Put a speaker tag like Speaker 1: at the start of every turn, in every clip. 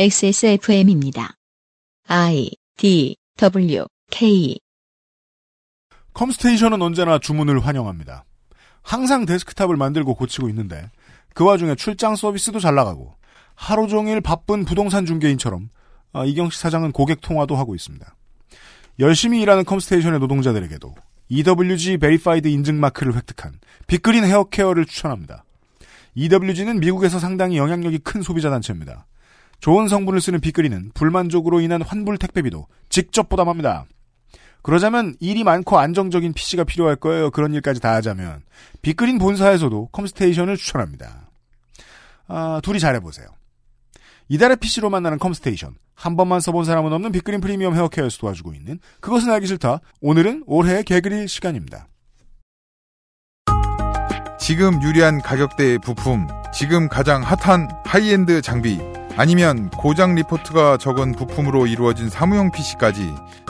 Speaker 1: XSFM입니다. I D W K
Speaker 2: 컴스테이션은 언제나 주문을 환영합니다. 항상 데스크탑을 만들고 고치고 있는데 그 와중에 출장 서비스도 잘 나가고 하루 종일 바쁜 부동산 중개인처럼 아, 이경식 사장은 고객 통화도 하고 있습니다. 열심히 일하는 컴스테이션의 노동자들에게도 E EWG 베리파이드 인증 마크를 획득한 빅그린 헤어케어를 추천합니다. EWG는 미국에서 상당히 영향력이 큰 소비자 단체입니다. 좋은 성분을 쓰는 빅그린은 불만족으로 인한 환불 택배비도 직접 부담합니다. 그러자면 일이 많고 안정적인 PC가 필요할 거예요. 그런 일까지 다 하자면 빅그린 본사에서도 컴스테이션을 추천합니다. 아, 둘이 잘해보세요. 이달의 PC로 만나는 컴스테이션. 한 번만 써본 사람은 없는 빅그린 프리미엄 헤어케어에서 도와주고 있는 그것은 알기 싫다. 오늘은 올해의 개그릴 시간입니다.
Speaker 3: 지금 유리한 가격대의 부품, 지금 가장 핫한 하이엔드 장비, 아니면 고장 리포트가 적은 부품으로 이루어진 사무용 PC까지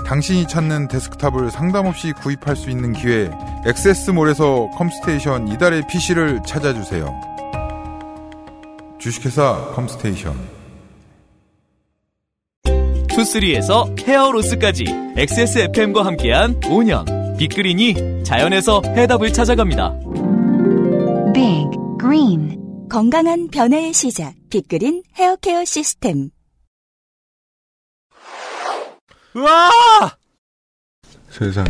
Speaker 3: 당신이 찾는 데스크탑을 상담 없이 구입할 수 있는 기회, 액세스몰에서 컴스테이션 이달의 PC를 찾아주세요. 주식회사 컴스테이션.
Speaker 4: 투쓰리에서 헤어로스까지 XSFM과 함께한 5년 빅그린이 자연에서 해답을 찾아갑니다.
Speaker 5: Big Green 건강한 변화의 시작 빅그린 헤어케어 시스템
Speaker 4: 우와!
Speaker 6: 세상에.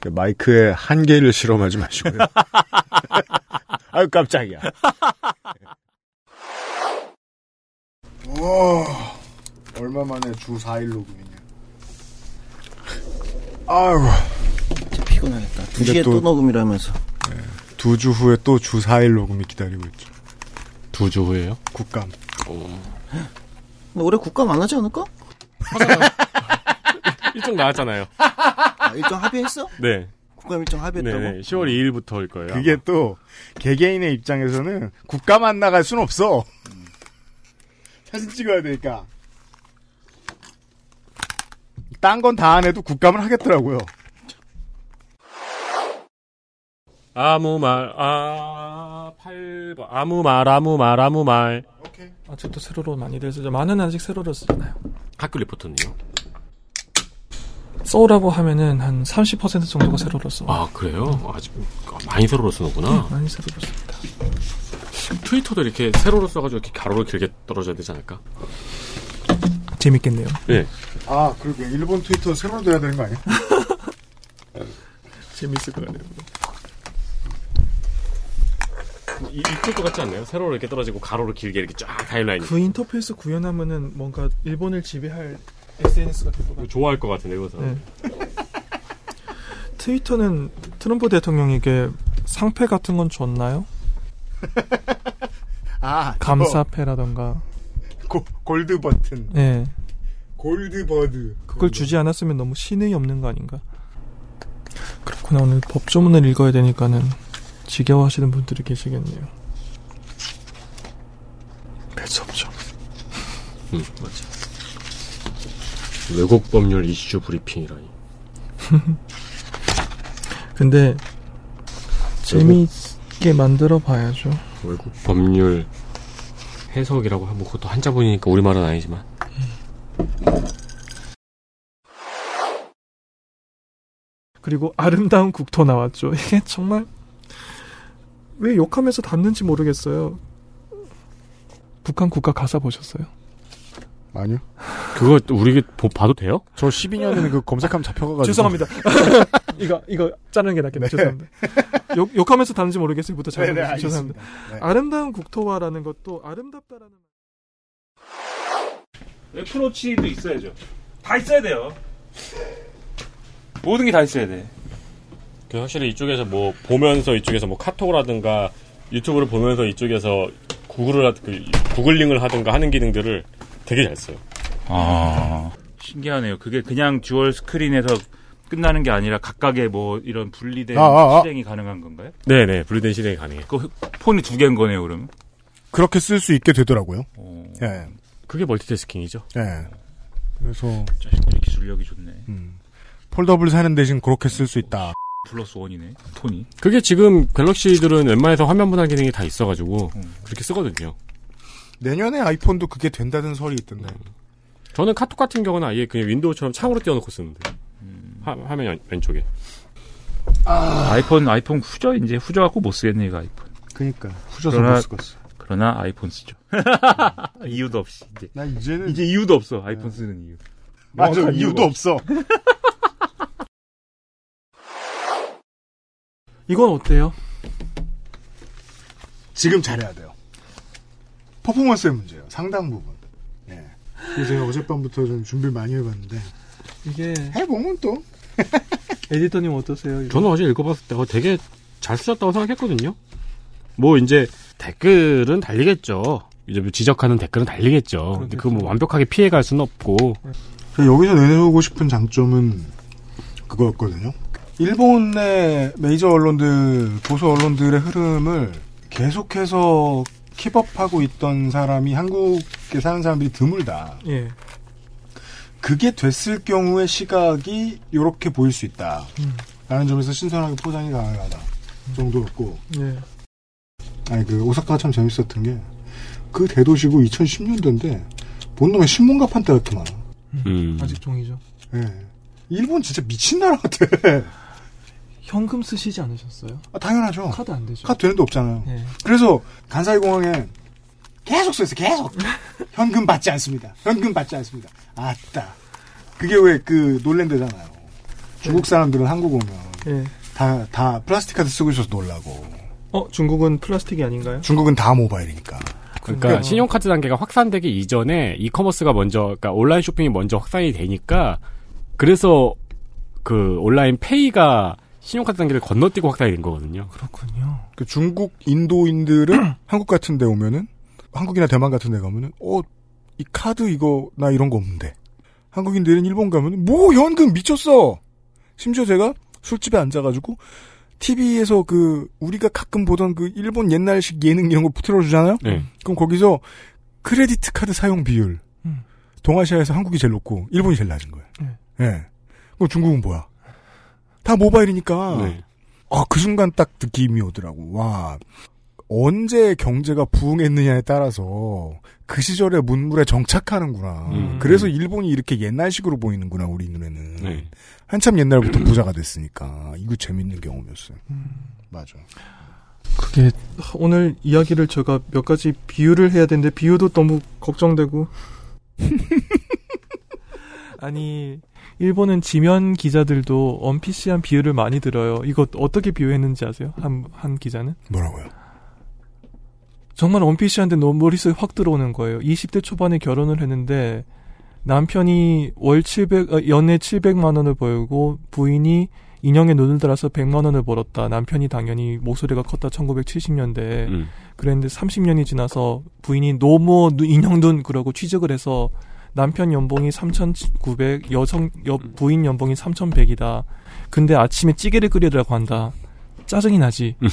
Speaker 6: 그 마이크의 한계를 실험하지 마시고요. 아유, 깜짝이야.
Speaker 2: 와, 얼마 만에 주 4일 녹음이냐. 아유,
Speaker 7: 진짜 피곤하겠다. 2시에
Speaker 6: 또-
Speaker 7: 또, 녹음이라면서.
Speaker 2: 네.
Speaker 6: 두 주 후에 또 주 4일 녹음이 기다리고 있죠.
Speaker 8: 두 주 후에요? 어,
Speaker 6: 국감.
Speaker 7: 근데 올해 국감 안 하지 않을까?
Speaker 8: 일정 나왔잖아요.
Speaker 7: 아, 일정 합의했어?
Speaker 8: 네.
Speaker 7: 국감 일정
Speaker 8: 네.
Speaker 7: 합의했다고?
Speaker 8: 네.
Speaker 2: 어.
Speaker 8: 10월 2일부터일 거예요.
Speaker 2: 그게
Speaker 8: 아마.
Speaker 2: 또 개개인의 입장에서는 국감 안 나갈 순 없어. 사진 찍어야 되니까. 딴 건 다 안 해도 국감을 하겠더라고요.
Speaker 8: 아무 말, 아, 8번. 아무 말, 아무 말, 아무 말.
Speaker 9: 아직도 세로로 많이들 쓰죠. 많은 아직 세로로 쓰잖아요.
Speaker 8: 학교 리포트는요?
Speaker 9: 써라고 하면은 한 30% 정도가 세로로 써.
Speaker 8: 아, 그래요? 아직 많이 세로로 쓰는구나.
Speaker 9: 많이 세로로 씁니다.
Speaker 8: 트위터도 이렇게 세로로 써가지고 이렇게 가로로 길게 떨어져야 되지 않을까?
Speaker 9: 재밌겠네요.
Speaker 8: 네.
Speaker 2: 아, 그러게. 일본 트위터 새로 돼야 되는 거 아니야?
Speaker 9: 재밌을 것 같네요.
Speaker 8: 이, 이쁠 것 같지 않나요? 세로로 이렇게 떨어지고 가로로 길게 이렇게 쫙 타일라인.
Speaker 9: 그 인터페이스 구현하면은 뭔가 일본을 지배할 SNS가 될 것 같아요.
Speaker 8: 좋아할 것 같은데, 이거 사람.
Speaker 9: 네. 트위터는 트럼프 대통령에게 상패 같은 건 줬나요?
Speaker 2: 아, 저거.
Speaker 9: 감사패라던가.
Speaker 2: 고- 골드 버튼.
Speaker 9: 예.
Speaker 2: 골드 버드.
Speaker 9: 그걸 주지 않았으면 너무 신의 없는 거 아닌가? 그렇구나. 오늘 법조문을 읽어야 되니까는 지겨워하시는 분들이 계시겠네요. 별수 없죠.
Speaker 8: 음, 맞아. 외국 법률 이슈 브리핑이라니. 네,
Speaker 9: 근데
Speaker 8: 뭐
Speaker 9: 재미있게 만들어 봐야죠.
Speaker 8: 외국 법률 해석이라고 하면 그것도 한자본이니까 우리말은 아니지만.
Speaker 9: 그리고 아름다운 국토 나왔죠. 이게 정말 왜 욕하면서 담는지 모르겠어요. 북한 국가 가사 보셨어요?
Speaker 2: 아니요.
Speaker 8: 그거 우리 봐도 돼요?
Speaker 2: 저 12년에는 그 검색하면 잡혀가가지고.
Speaker 9: 죄송합니다. 이거 이거 자르는 게 낫겠네요. 죄송합니다. 욕, 욕하면서 담는지 모르겠어요부터
Speaker 2: 네, 네,
Speaker 9: 잘라주세요. 죄송합니다.
Speaker 2: 알겠습니다. 네.
Speaker 9: 아름다운 국토화라는 것도 아름답다라는
Speaker 10: 애플워치도 있어야죠. 다 있어야 돼요. 모든 게 다 있어야 돼.
Speaker 8: 그 확실히 이쪽에서 뭐 보면서 이쪽에서 뭐 카톡이라든가 유튜브를 보면서 이쪽에서 구글을 하, 그 구글링을 하든가 하는 기능들을 되게 잘 써요.
Speaker 10: 아. 신기하네요. 그게 그냥 듀얼 스크린에서 끝나는 게 아니라 각각의 뭐 이런 분리된
Speaker 2: 아, 아, 아.
Speaker 10: 실행이 가능한 건가요?
Speaker 8: 네네 분리된 실행이 가능해.
Speaker 10: 그 폰이 두 개인 거네요, 그러면.
Speaker 2: 그렇게 쓸 수 있게 되더라고요.
Speaker 10: 어,
Speaker 2: 예.
Speaker 8: 그게 멀티태스킹이죠.
Speaker 2: 예. 그래서,
Speaker 10: 자식들이 기술력이 좋네.
Speaker 2: 음, 폴더블 사는 대신 그렇게 쓸 수 있다.
Speaker 10: 플러스 원이네, 폰이.
Speaker 8: 그게 지금 갤럭시들은 웬만해서 화면 분할 기능이 다 있어가지고
Speaker 10: 음.
Speaker 8: 그렇게 쓰거든요.
Speaker 2: 내년에 아이폰도 그게 된다는 설이 있던데.
Speaker 8: 네.
Speaker 11: 저는 카톡 같은 경우는 아예 그냥 윈도우처럼 창으로 띄워놓고 쓰는데 화, 화면 연- 왼쪽에
Speaker 12: 아... 이폰 아이폰 후져 이제 후져 갖고 못 쓰겠네 이거 아이폰.
Speaker 6: 그니까 후져서 못 쓰겠어.
Speaker 12: 그러나 아이폰 쓰죠. 이유도 없이 이제.
Speaker 6: 나 이제는
Speaker 12: 이제 이유도 없어 아이폰 쓰는 이유.
Speaker 2: 맞아,
Speaker 12: 명확한
Speaker 2: 이유도 뭐 없어.
Speaker 9: 이건 어때요?
Speaker 2: 지금 잘해야 돼요. 퍼포먼스의 문제예요. 상당 부분. 네. 제가 어젯밤부터 좀 준비를 많이 해봤는데
Speaker 9: 이게
Speaker 2: 해보면 또
Speaker 9: 에디터님 어떠세요? 이거?
Speaker 11: 저는 어제 읽어봤을 때 어, 되게 잘 쓰셨다고 생각했거든요. 뭐 이제 댓글은 달리겠죠. 이제 뭐 지적하는 댓글은 달리겠죠. 근데 그거 뭐 완벽하게 피해갈 수는 없고
Speaker 2: 저 여기서 내놓고 싶은 장점은 그거였거든요. 일본의 네, 메이저 언론들, 보수 언론들의 흐름을 계속해서 킵업하고 있던 사람이 한국에 사는 사람들이 드물다.
Speaker 9: 예.
Speaker 2: 그게 됐을 경우의 시각이 이렇게 보일 수 있다.
Speaker 9: 음.
Speaker 2: 라는 점에서 신선하게 포장이 가능하다. 정도였고.
Speaker 9: 예.
Speaker 2: 아니, 그, 오사카가 참 재밌었던 게, 그 대도시고 2010년도인데, 본놈의 신문가 판때가 이렇게 많아.
Speaker 11: 음.
Speaker 9: 아직 종이죠.
Speaker 2: 예. 일본 진짜 미친 나라 같아.
Speaker 9: 현금 쓰시지 않으셨어요?
Speaker 2: 아, 당연하죠.
Speaker 9: 카드 안 되죠.
Speaker 2: 카드 되는 데 없잖아요.
Speaker 9: 예.
Speaker 2: 그래서 간사이 공항에 계속 써있어 계속 현금 받지 않습니다 현금 받지 않습니다 아따 그게 왜 그 놀랜대잖아요 중국 사람들은 한국 오면
Speaker 9: 예.
Speaker 2: 다, 다 플라스틱 카드 쓰고 있어서 놀라고
Speaker 9: 어, 중국은 플라스틱이 아닌가요?
Speaker 2: 중국은 다 모바일이니까
Speaker 9: 그러니까
Speaker 8: 그러니까 신용카드 단계가 확산되기 이전에 이커머스가 먼저 그러니까 온라인 쇼핑이 먼저 확산이 되니까 그래서 그 온라인 페이가 신용카드 단계를 건너뛰고 확산이 된 거거든요.
Speaker 9: 그렇군요.
Speaker 2: 그 중국 인도인들은 한국 같은 데 오면은 한국이나 대만 같은 데 가면은 어 이 카드 이거 나 이런 거 없는데 한국인들은 일본 가면은 뭐 현금 미쳤어 심지어 제가 술집에 앉아가지고 TV에서 그 우리가 가끔 보던 그 일본 옛날식 예능 이런 거 틀어주잖아요
Speaker 8: 네.
Speaker 2: 그럼 거기서 크레디트 카드 사용 비율
Speaker 9: 음.
Speaker 2: 동아시아에서 한국이 제일 높고 일본이 제일 낮은 거예요
Speaker 9: 네.
Speaker 2: 예 그럼 중국은 뭐야 다 모바일이니까
Speaker 8: 네.
Speaker 2: 아, 그 순간 딱 느낌이 오더라고. 와, 언제 경제가 부흥했느냐에 따라서 그 시절의 문물에 정착하는구나.
Speaker 8: 음.
Speaker 2: 그래서 일본이 이렇게 옛날식으로 보이는구나, 우리 눈에는.
Speaker 8: 네.
Speaker 2: 한참 옛날부터 부자가 됐으니까. 이거 재밌는 경험이었어요.
Speaker 9: 음.
Speaker 2: 맞아.
Speaker 9: 그게 오늘 이야기를 제가 몇 가지 비유를 해야 되는데 비유도 너무 걱정되고 아니 일본은 지면 기자들도 언피시한 비유를 많이 들어요. 이거 어떻게 비유했는지 아세요? 한 한 기자는
Speaker 2: 뭐라고요?
Speaker 9: 정말 언피시한데 너무 머릿속에 확 들어오는 거예요. 20대 초반에 결혼을 했는데 남편이 월 700, 어, 연애 700만 원을 벌고 부인이 인형에 눈을 달아서 100만 원을 벌었다. 남편이 당연히 목소리가 컸다. 1970년대에.
Speaker 8: 음.
Speaker 9: 그랬는데 30년이 지나서 부인이 노모 눈- 인형 눈 그러고 취직을 해서 남편 연봉이 3,900, 여성 여, 부인 연봉이 3,100이다. 근데 아침에 찌개를 끓이라고 한다. 짜증이 나지.
Speaker 8: 음.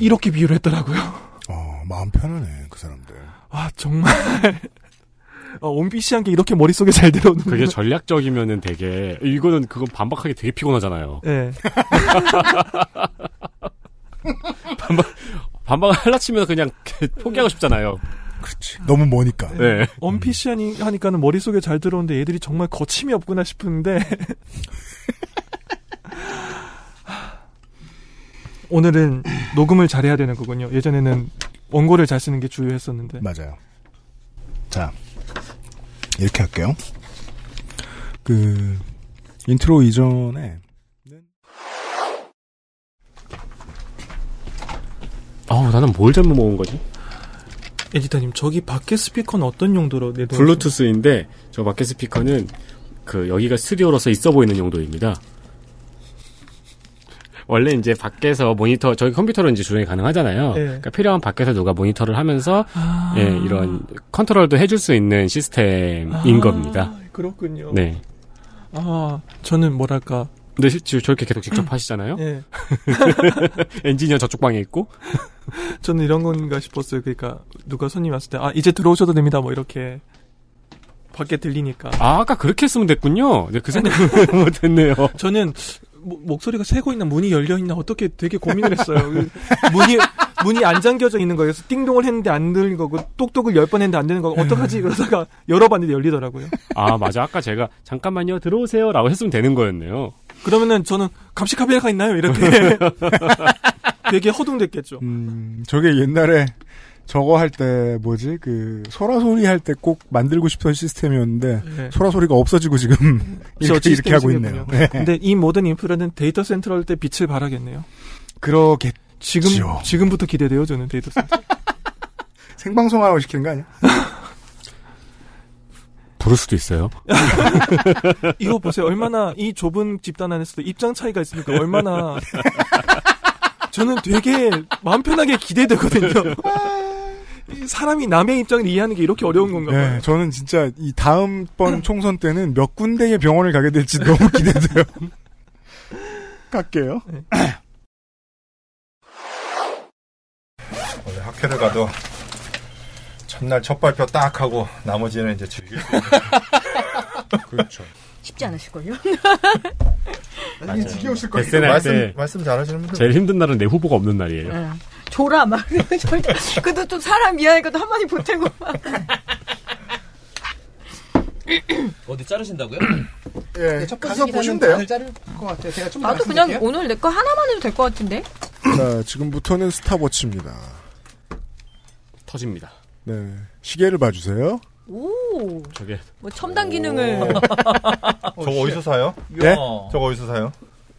Speaker 9: 이렇게 비유를 했더라고요.
Speaker 2: 어, 마음 편하네, 그 사람들.
Speaker 9: 아 정말 아, 온피시한 게 이렇게 머릿속에 잘 들어오는
Speaker 8: 그게 전략적이면은 되게 이거는 그건 반박하기 되게 피곤하잖아요.
Speaker 9: 예.
Speaker 8: 반박하려 치면 그냥 포기하고 싶잖아요.
Speaker 2: 너무 머니까.
Speaker 8: 네.
Speaker 9: 예. 언피시하니 하니까는 머릿속에 잘 들어오는데 얘들이 정말 거침이 없구나 싶은데 오늘은 녹음을 잘해야 되는 거군요. 예전에는 원고를 잘 쓰는 게 주요했었는데
Speaker 2: 맞아요. 자, 이렇게 할게요. 그, 인트로 이전에
Speaker 8: 아우 나는 뭘 잘못 먹은 거지?
Speaker 9: 에디터님 저기 밖에 스피커는 어떤 용도로 내도
Speaker 8: 네. 블루투스인데 저 마켓 스피커는 그 여기가 스튜디오로서 있어 보이는 용도입니다. 원래 이제 밖에서 모니터 저희 컴퓨터로 이제 조정이 가능하잖아요.
Speaker 9: 예.
Speaker 8: 그러니까 필요한 밖에서 누가 모니터를 하면서 예, 이런 컨트롤도 해줄 수 있는 시스템인 겁니다.
Speaker 9: 그렇군요.
Speaker 8: 네.
Speaker 9: 아 저는 뭐랄까
Speaker 8: 근데 실- 지금 저렇게 계속 직접 하시잖아요.
Speaker 9: 예.
Speaker 8: 엔지니어 저쪽 방에 있고.
Speaker 9: 저는 이런 건가 싶었어요. 그러니까 누가 손님 왔을 때 아 이제 들어오셔도 됩니다. 뭐 이렇게 밖에 들리니까
Speaker 8: 아, 아까 그렇게 했으면 됐군요. 네, 그 생각을 못했네요.
Speaker 9: 뭐, 저는 모- 목소리가 새고 있나 문이 열려 있나 어떻게 되게 고민을 했어요. 그 문이 문이 안 잠겨져 있는 거예요. 그래서 띵동을 했는데 안 들린 거고 똑똑을 열 번 했는데 안 되는 거고 어떡하지 이러다가 열어봤는데 열리더라고요.
Speaker 8: 아 맞아 아까 제가 잠깐만요 들어오세요라고 했으면 되는 거였네요.
Speaker 9: 그러면은 저는 감시 카메라가 있나요? 이렇게 되게 허둥댔겠죠.
Speaker 2: 음, 저게 옛날에 저거 할 때 뭐지 그 소라 소리 할 때 꼭 만들고 싶던 시스템이었는데
Speaker 9: 네.
Speaker 2: 소라 소리가 없어지고 지금 이렇게, 이렇게 하고
Speaker 9: 시스템이
Speaker 2: 있네요.
Speaker 9: 생겼군요. 근데 이 모든 인프라는 데이터 센터럴 때 빛을 발하겠네요.
Speaker 2: 그러게
Speaker 9: 지금 지금부터 기대돼요 저는 데이터 센터.
Speaker 2: 생방송하라고 시키는 거 아니야?
Speaker 8: 부를 수도 있어요.
Speaker 9: 이거 보세요. 얼마나 이 좁은 집단 안에서도 입장 차이가 있으니까 얼마나 저는 되게 마음 편하게 기대되거든요. 이 사람이 남의 입장을 이해하는 게 이렇게 어려운 건가 봐요.
Speaker 2: 네, 저는 진짜 이 다음 번 총선 때는 몇 군데의 병원을 가게 될지 너무 기대돼요. 갈게요.
Speaker 10: 원래 학회를 가도 첫날 첫 발표 딱 하고 나머지는 이제 즐길 수 있는. 그렇죠.
Speaker 13: 쉽지 않으실걸요?
Speaker 10: 아니, 지겨우실 거예요.
Speaker 8: 데센 할
Speaker 10: 말씀-
Speaker 8: 때
Speaker 10: 말씀 잘하시는 분들.
Speaker 8: 제일 힘든 날은 내 후보가 없는 날이에요.
Speaker 13: 예. 줘라 막 절대. 근데 또 사람 이해하니까 또 한마디 보태고 막.
Speaker 4: 어디 자르신다고요?
Speaker 10: 예, 가서 보시면 돼요. 자를 것
Speaker 13: 네,
Speaker 10: 같아요. 제가 좀
Speaker 13: 나도
Speaker 10: 말씀드릴게요.
Speaker 13: 그냥 오늘 내 거 하나만 해도 될 것 같은데.
Speaker 2: 자, 지금부터는 스탑워치입니다.
Speaker 8: 터집니다.
Speaker 2: 네, 시계를 봐주세요.
Speaker 13: 오.
Speaker 8: 저게
Speaker 13: 뭐 첨단 기능을.
Speaker 10: 어. 저거 어디서 사요?
Speaker 2: 네?
Speaker 10: 저거 어디서 사요?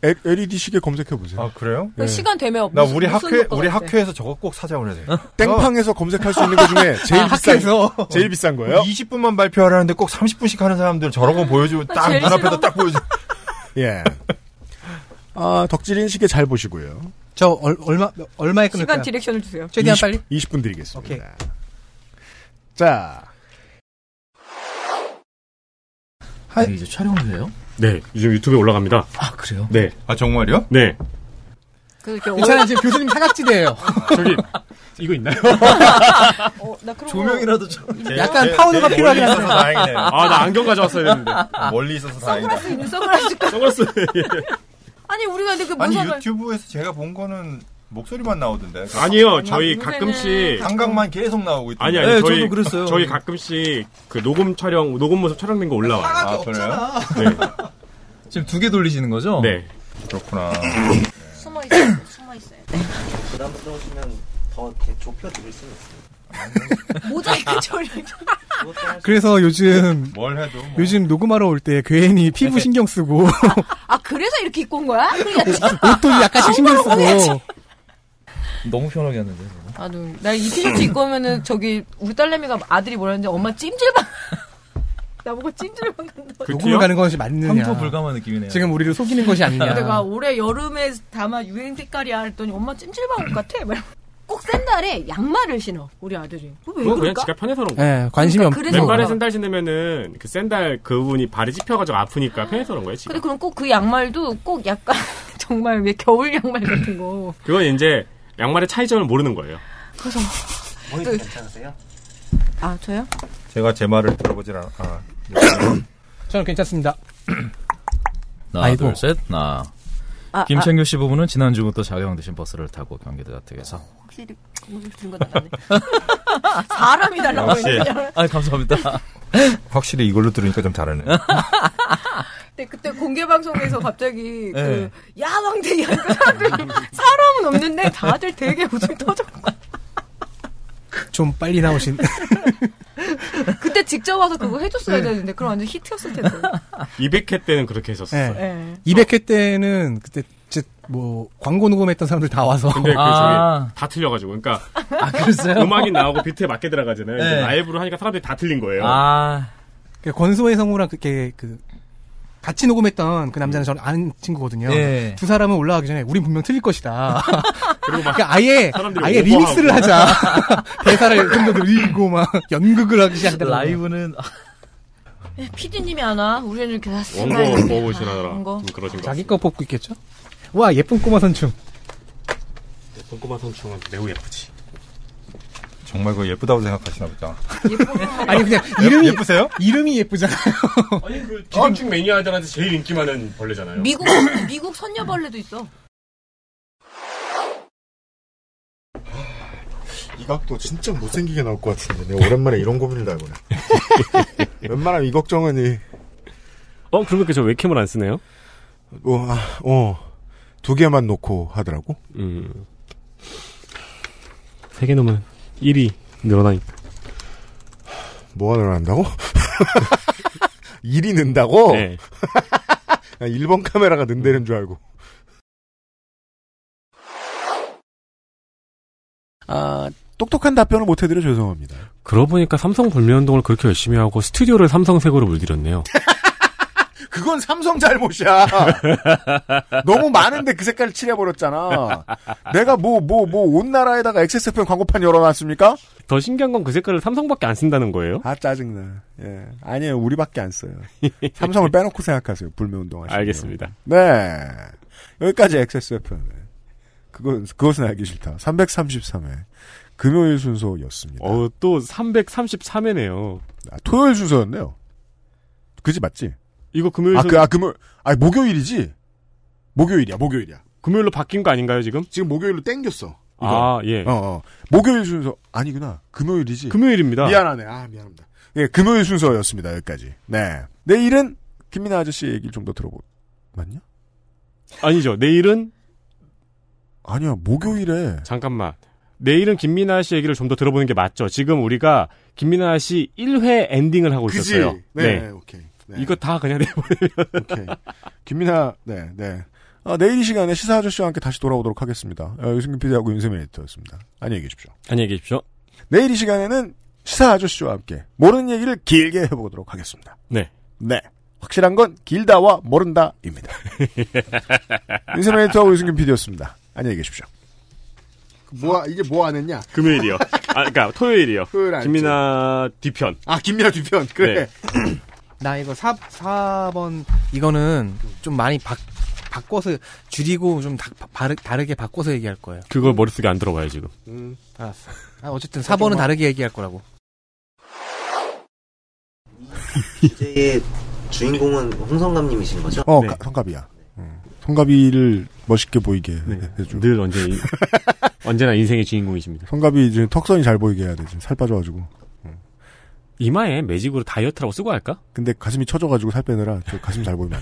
Speaker 2: 엘- LED E 시계 검색해 보세요. 아
Speaker 10: 그래요?
Speaker 13: 그 시간 되면
Speaker 10: 나
Speaker 13: 무슨-
Speaker 10: 우리
Speaker 13: 무슨
Speaker 10: 학회
Speaker 13: 효과가
Speaker 10: 우리
Speaker 13: 있어요?
Speaker 10: 학회에서 저거 꼭 아, 사자고 해야 돼.
Speaker 2: 땡팡에서 검색할 수 있는 것 중에 제일 비싼 제일 비싼 거예요.
Speaker 10: 20분만 발표하라는데 꼭 30분씩 하는 사람들 저런 거 보여주고
Speaker 13: 아,
Speaker 2: 나
Speaker 10: 딱
Speaker 2: 아, 제일
Speaker 10: 눈앞에다
Speaker 2: 싫어.
Speaker 10: 딱 보여줘.
Speaker 2: 예. 아, 덕질인 시계 잘 보시고요.
Speaker 14: 저 얼, 얼마 얼마에 끊을까요?
Speaker 13: 시간 디렉션을 주세요.
Speaker 14: 최대한 빨리.
Speaker 2: 20분 드리겠습니다.
Speaker 14: 오케이.
Speaker 2: 자,
Speaker 4: 아니, 이제 촬영을 해요?
Speaker 8: 네 요즘 유튜브에 올라갑니다.
Speaker 4: 아 그래요?
Speaker 8: 네.
Speaker 10: 아 정말요?
Speaker 8: 네.
Speaker 14: 괜찮아요. 지금 교수님 사각지대예요.
Speaker 8: 저기 이거 있나요?
Speaker 13: 어,
Speaker 10: 조명이라도 좀
Speaker 14: 네. 약간 파우더가 필요하긴 한데.
Speaker 8: 아나 안경 가져왔어야 했는데.
Speaker 10: 멀리 있어서 다행이다.
Speaker 13: 선글라스 있는 선글라스.
Speaker 8: 선글라스.
Speaker 13: 아니 우리가 근데 그
Speaker 10: 아니
Speaker 13: 무선을.
Speaker 10: 유튜브에서 제가 본 거는 목소리만 나오던데.
Speaker 8: 아니요, 저희 가끔씩-
Speaker 10: 감각만 계속 나오고 있던데.
Speaker 8: 아니 아니 저희 저희 가끔씩 그 녹음 촬영 녹음 모습 촬영된 거 올라와요.
Speaker 10: 아, 그래요?
Speaker 8: 지금 두 개 돌리시는 거죠? 네.
Speaker 10: 그렇구나.
Speaker 13: 숨어 있어요. 네. 숨어 있어요.
Speaker 10: 네.
Speaker 15: 부담스러 오시면 더 이렇게 좁혀 드릴 수는
Speaker 13: 그-
Speaker 15: 있어요.
Speaker 13: 모자이크 처리.
Speaker 14: 그래서 요즘
Speaker 10: 뭘 해도 뭐.
Speaker 14: 요즘 녹음하러 올 때 괜히
Speaker 8: 네.
Speaker 14: 피부 신경 쓰고
Speaker 13: 아 그래서 이렇게 입고 온 거야? 그러니까 진짜-
Speaker 14: 옷도 약간씩
Speaker 13: 아,
Speaker 14: 신경 쓰고
Speaker 4: 너무 편하게 하는데.
Speaker 13: 나도 나이 티셔츠 입고 오면은 저기 우리 딸내미가 아들이 뭐라는지 엄마 찜질방. 나보고 찜질방 간다.
Speaker 14: 녹음을 가는 것이 맞느냐?
Speaker 4: 그 황토 불감한 느낌이네요.
Speaker 14: 지금 우리를 속이는 것이
Speaker 13: 내가
Speaker 14: 아니냐? 네,
Speaker 13: 올해 여름에 담아 유행 색깔이야 했더니 엄마 찜질방 옷 같아. 막 이러고. 꼭 샌달에 양말을 신어 우리 아들이. 그거
Speaker 8: 그건
Speaker 13: 왜
Speaker 8: 그냥
Speaker 13: 그럴까?
Speaker 8: 지가 편해서 그런 거.
Speaker 14: 예, 관심이
Speaker 13: 그러니까 없는 그래서
Speaker 8: 맨발에
Speaker 13: 그런가.
Speaker 8: 샌달 신으면은 그 샌달 그분이 발이 찝혀가지고 아프니까 편해서 그런 거예요. 지금.
Speaker 13: 근데 그럼 꼭 그 양말도 꼭 약간 정말 왜 겨울 양말 같은 거.
Speaker 8: 그건 이제 양말의 차이점을 모르는 거예요.
Speaker 13: 그래서
Speaker 8: 네.
Speaker 15: 모니터 괜찮으세요?
Speaker 13: 아 저요?
Speaker 10: 제가 제 말을 들어보질 않아. 아,
Speaker 14: 저는 괜찮습니다.
Speaker 4: 하나
Speaker 14: 아이고.
Speaker 4: 둘 셋. 나
Speaker 13: 아,
Speaker 4: 김창규 씨 부부는 지난주부터 자가용 대신 버스를 타고 경기도 자택에서
Speaker 13: 확실히 오늘 든거 나갔네. 사람이 달라고 했는데. 그냥.
Speaker 4: 아 감사합니다.
Speaker 10: 확실히 이걸로 들으니까 좀 다르네.
Speaker 13: 근데 그때 공개 방송에서 갑자기
Speaker 10: 네.
Speaker 13: 그 야왕대야 사람들 사람은 없는데 다들 되게 웃음 터졌고
Speaker 14: 좀 빨리 나오신.
Speaker 13: 그때 직접 와서 그거 해줬어야
Speaker 14: 네.
Speaker 13: 되는데 그럼 완전 히트였을 텐데.
Speaker 8: 200회 때는 그렇게 했었어요.
Speaker 13: 네.
Speaker 14: 200회 때는 그때 제 뭐 광고 녹음했던 사람들 다 와서. 아.
Speaker 8: 근데 그
Speaker 10: 아.
Speaker 8: 저기 다 틀려가지고, 그러니까
Speaker 14: 그랬어요?
Speaker 8: 음악이 나오고 비트에 맞게 들어가잖아요. 이제
Speaker 14: 네.
Speaker 8: 라이브로 하니까 사람들이 다 틀린 거예요.
Speaker 10: 아.
Speaker 14: 그 권소의 성우랑 그렇게 그 같이 녹음했던 그 남자는 저는 아는 친구거든요.
Speaker 8: 예.
Speaker 14: 두 사람은 올라가기 전에 우린 분명 틀릴 것이다.
Speaker 8: 그리고 막
Speaker 14: 그러니까 아예
Speaker 8: 사람들이
Speaker 14: 아예
Speaker 8: 오버하고.
Speaker 14: 리믹스를 하자. 대사를 좀 더 늘리고 막 연극을 하기 시작하더라고요.
Speaker 4: 라이브는
Speaker 13: PD님이 안 와. 네, 우리는 이렇게 다
Speaker 8: 원고 뽑으시나더라.
Speaker 13: 네. 원고.
Speaker 8: 좀 그러신 거.
Speaker 14: 자기 거 뽑고 있겠죠? 와 예쁜 꼬마 선충.
Speaker 8: 꼼꼼한 선충은 매우 예쁘지.
Speaker 10: 정말 그거 예쁘다고 생각하시나 보다.
Speaker 14: 아니 그냥 이름이 예쁘세요? 이름이 예쁘잖아요.
Speaker 8: 아니 그 기생충 매니아들한테 제일 인기 많은 벌레잖아요.
Speaker 13: 미국 미국 선녀벌레도 있어.
Speaker 2: 이각도 진짜 못생기게 나올 것 같은데 내가 오랜만에 이런 고민을 다 해보네. 웬만하면 이 걱정은 이
Speaker 8: 어, 그러고 보니까 저 웹캠을 안 쓰네요?
Speaker 2: 어, 아, 어. 두 개만 놓고 하더라고.
Speaker 8: 음. 세 개 넣으면 1이 늘어나니까.
Speaker 2: 뭐가 늘어난다고? 일이 는다고? 네. 1번 카메라가 는다는 줄 알고. 아, 똑똑한 답변을 못해드려 죄송합니다.
Speaker 8: 그러고 보니까 삼성 불매운동을 그렇게 열심히 하고 스튜디오를 삼성색으로 물들였네요.
Speaker 2: 그건 삼성 잘못이야. 너무 많은데 그 색깔을 칠해버렸잖아. 내가 뭐, 뭐, 뭐, 온 나라에다가 XSFM 광고판 열어놨습니까?
Speaker 8: 더 신기한 건 그 색깔을 삼성밖에 안 쓴다는 거예요?
Speaker 2: 아, 짜증나.
Speaker 8: 네.
Speaker 2: 예. 아니에요. 우리밖에 안 써요. 삼성을 빼놓고 생각하세요. 불매운동 하시는
Speaker 8: 알겠습니다.
Speaker 2: 네. 여기까지 XSFM. 그건, 그것은 알기 싫다. 333회. 금요일 순서였습니다.
Speaker 8: 어, 또 333회네요.
Speaker 2: 아, 토요일 순서였네요. 그지 맞지?
Speaker 8: 이거 금요일
Speaker 2: 아, 그, 아, 금요 아, 목요일이지? 목요일이야, 목요일이야.
Speaker 8: 금요일로 바뀐 거 아닌가요, 지금?
Speaker 2: 지금 목요일로 땡겼어. 이거.
Speaker 8: 아, 예.
Speaker 2: 어, 어. 목요일 순서, 아니구나. 금요일이지.
Speaker 8: 금요일입니다.
Speaker 2: 미안하네. 아, 미안합니다. 예, 금요일 순서였습니다, 여기까지. 네. 내일은, 김민아 아저씨 얘기를 좀 더 들어보, 맞냐?
Speaker 8: 아니죠. 내일은?
Speaker 2: 아니야, 목요일에.
Speaker 8: 잠깐만. 내일은 김민아 씨 얘기를 좀 더 들어보는 게 맞죠. 지금 우리가 김민아 씨 1회 엔딩을 하고
Speaker 2: 그지?
Speaker 8: 있었어요.
Speaker 2: 네, 오케이. 네.
Speaker 8: 이거 다 그냥 내버리면.
Speaker 2: 오케이. 김민아, 네, 네. 아, 내일 이 시간에 시사 아저씨와 함께 다시 돌아오도록 하겠습니다. 아, 유승균 PD하고 윤세민 에디터였습니다. 안녕히 계십시오.
Speaker 8: 안녕히 계십시오.
Speaker 2: 내일 이 시간에는 시사 아저씨와 함께 모르는 얘기를 길게 해보도록 하겠습니다.
Speaker 8: 네.
Speaker 2: 네. 확실한 건 길다와 모른다입니다. 윤세민 에디터하고 유승균 PD였습니다. 안녕히 계십시오. 뭐 이게 뭐 안 했냐?
Speaker 8: 금요일이요. 아, 그러니까 토요일이요.
Speaker 2: 토요일 알지.
Speaker 8: 김민아 뒤편. 네.
Speaker 2: 아, 김민아 뒤편. 그래.
Speaker 13: 네.
Speaker 14: 나 이거 4, 4번 이거는 좀 많이 바, 바꿔서 줄이고 좀 다, 바르, 다르게 바꿔서 얘기할 거예요.
Speaker 8: 그걸 머릿속에 안 들어봐요, 지금.
Speaker 14: 음, 알았어. 아, 어쨌든 4번은 다르게 얘기할 거라고.
Speaker 15: 주제의 주인공은 홍성감님이신 거죠?
Speaker 2: 어,
Speaker 8: 네.
Speaker 2: 가- 성갑이야. 음. 성갑이를 멋있게 보이게 해줘.
Speaker 8: 네. 늘 언제, 이- 언제나 인생의 주인공이십니다.
Speaker 2: 성갑이 이제 턱선이 잘 보이게 해야 돼. 지금 살 빠져가지고.
Speaker 8: 이마에 매직으로 다이어트라고 쓰고 할까?
Speaker 2: 음. 근데 가슴이 처져가지고 살 빼느라 저 가슴 잘 보이면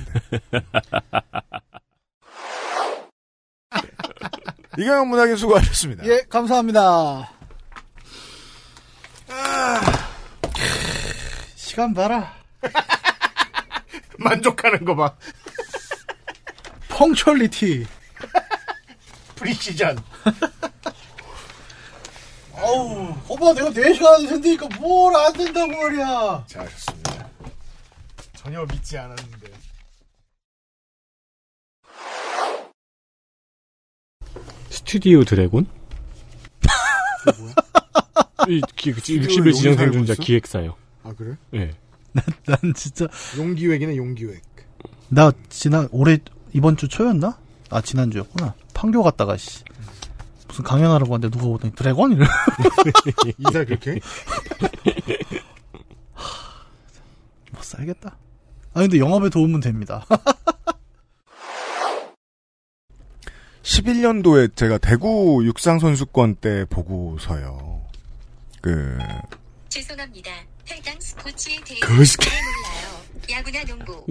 Speaker 2: 안 돼. 이경영 문학인 수고하셨습니다.
Speaker 16: 예, 감사합니다. 아, 시간 봐라.
Speaker 2: 만족하는 거 봐.
Speaker 16: 펑츄얼리티.
Speaker 2: 프리시전.
Speaker 16: 어우, 오빠 내가 4시간 된다니까 뭘 안 된다고 말이야.
Speaker 2: 잘하셨습니다.
Speaker 16: 전혀 믿지 않았는데.
Speaker 8: 스튜디오 드래곤? 이 기-
Speaker 16: 스튜디오
Speaker 8: 60일 지정
Speaker 16: 용사를
Speaker 8: 생존자
Speaker 16: 봤어?
Speaker 8: 기획사요.
Speaker 16: 아, 그래?
Speaker 8: 예.
Speaker 16: 난 진짜.
Speaker 2: 용기획이네, 용기획.
Speaker 16: 나 지난, 올해, 이번 주 초였나? 아, 지난주였구나. 판교 갔다가, 씨. 무슨 강연하러 갔는데 누가 오더니 드래곤? 이래.
Speaker 2: 인사 그렇게?
Speaker 16: 못 뭐, 살겠다. 아, 근데 영업에 도움은 됩니다.
Speaker 2: 11년도에 제가 대구 육상 선수권 때 보고서요. 그
Speaker 17: 죄송합니다. 해당 스포츠에 대해
Speaker 2: 그것이-
Speaker 17: 잘 몰라요. 야구나 농구,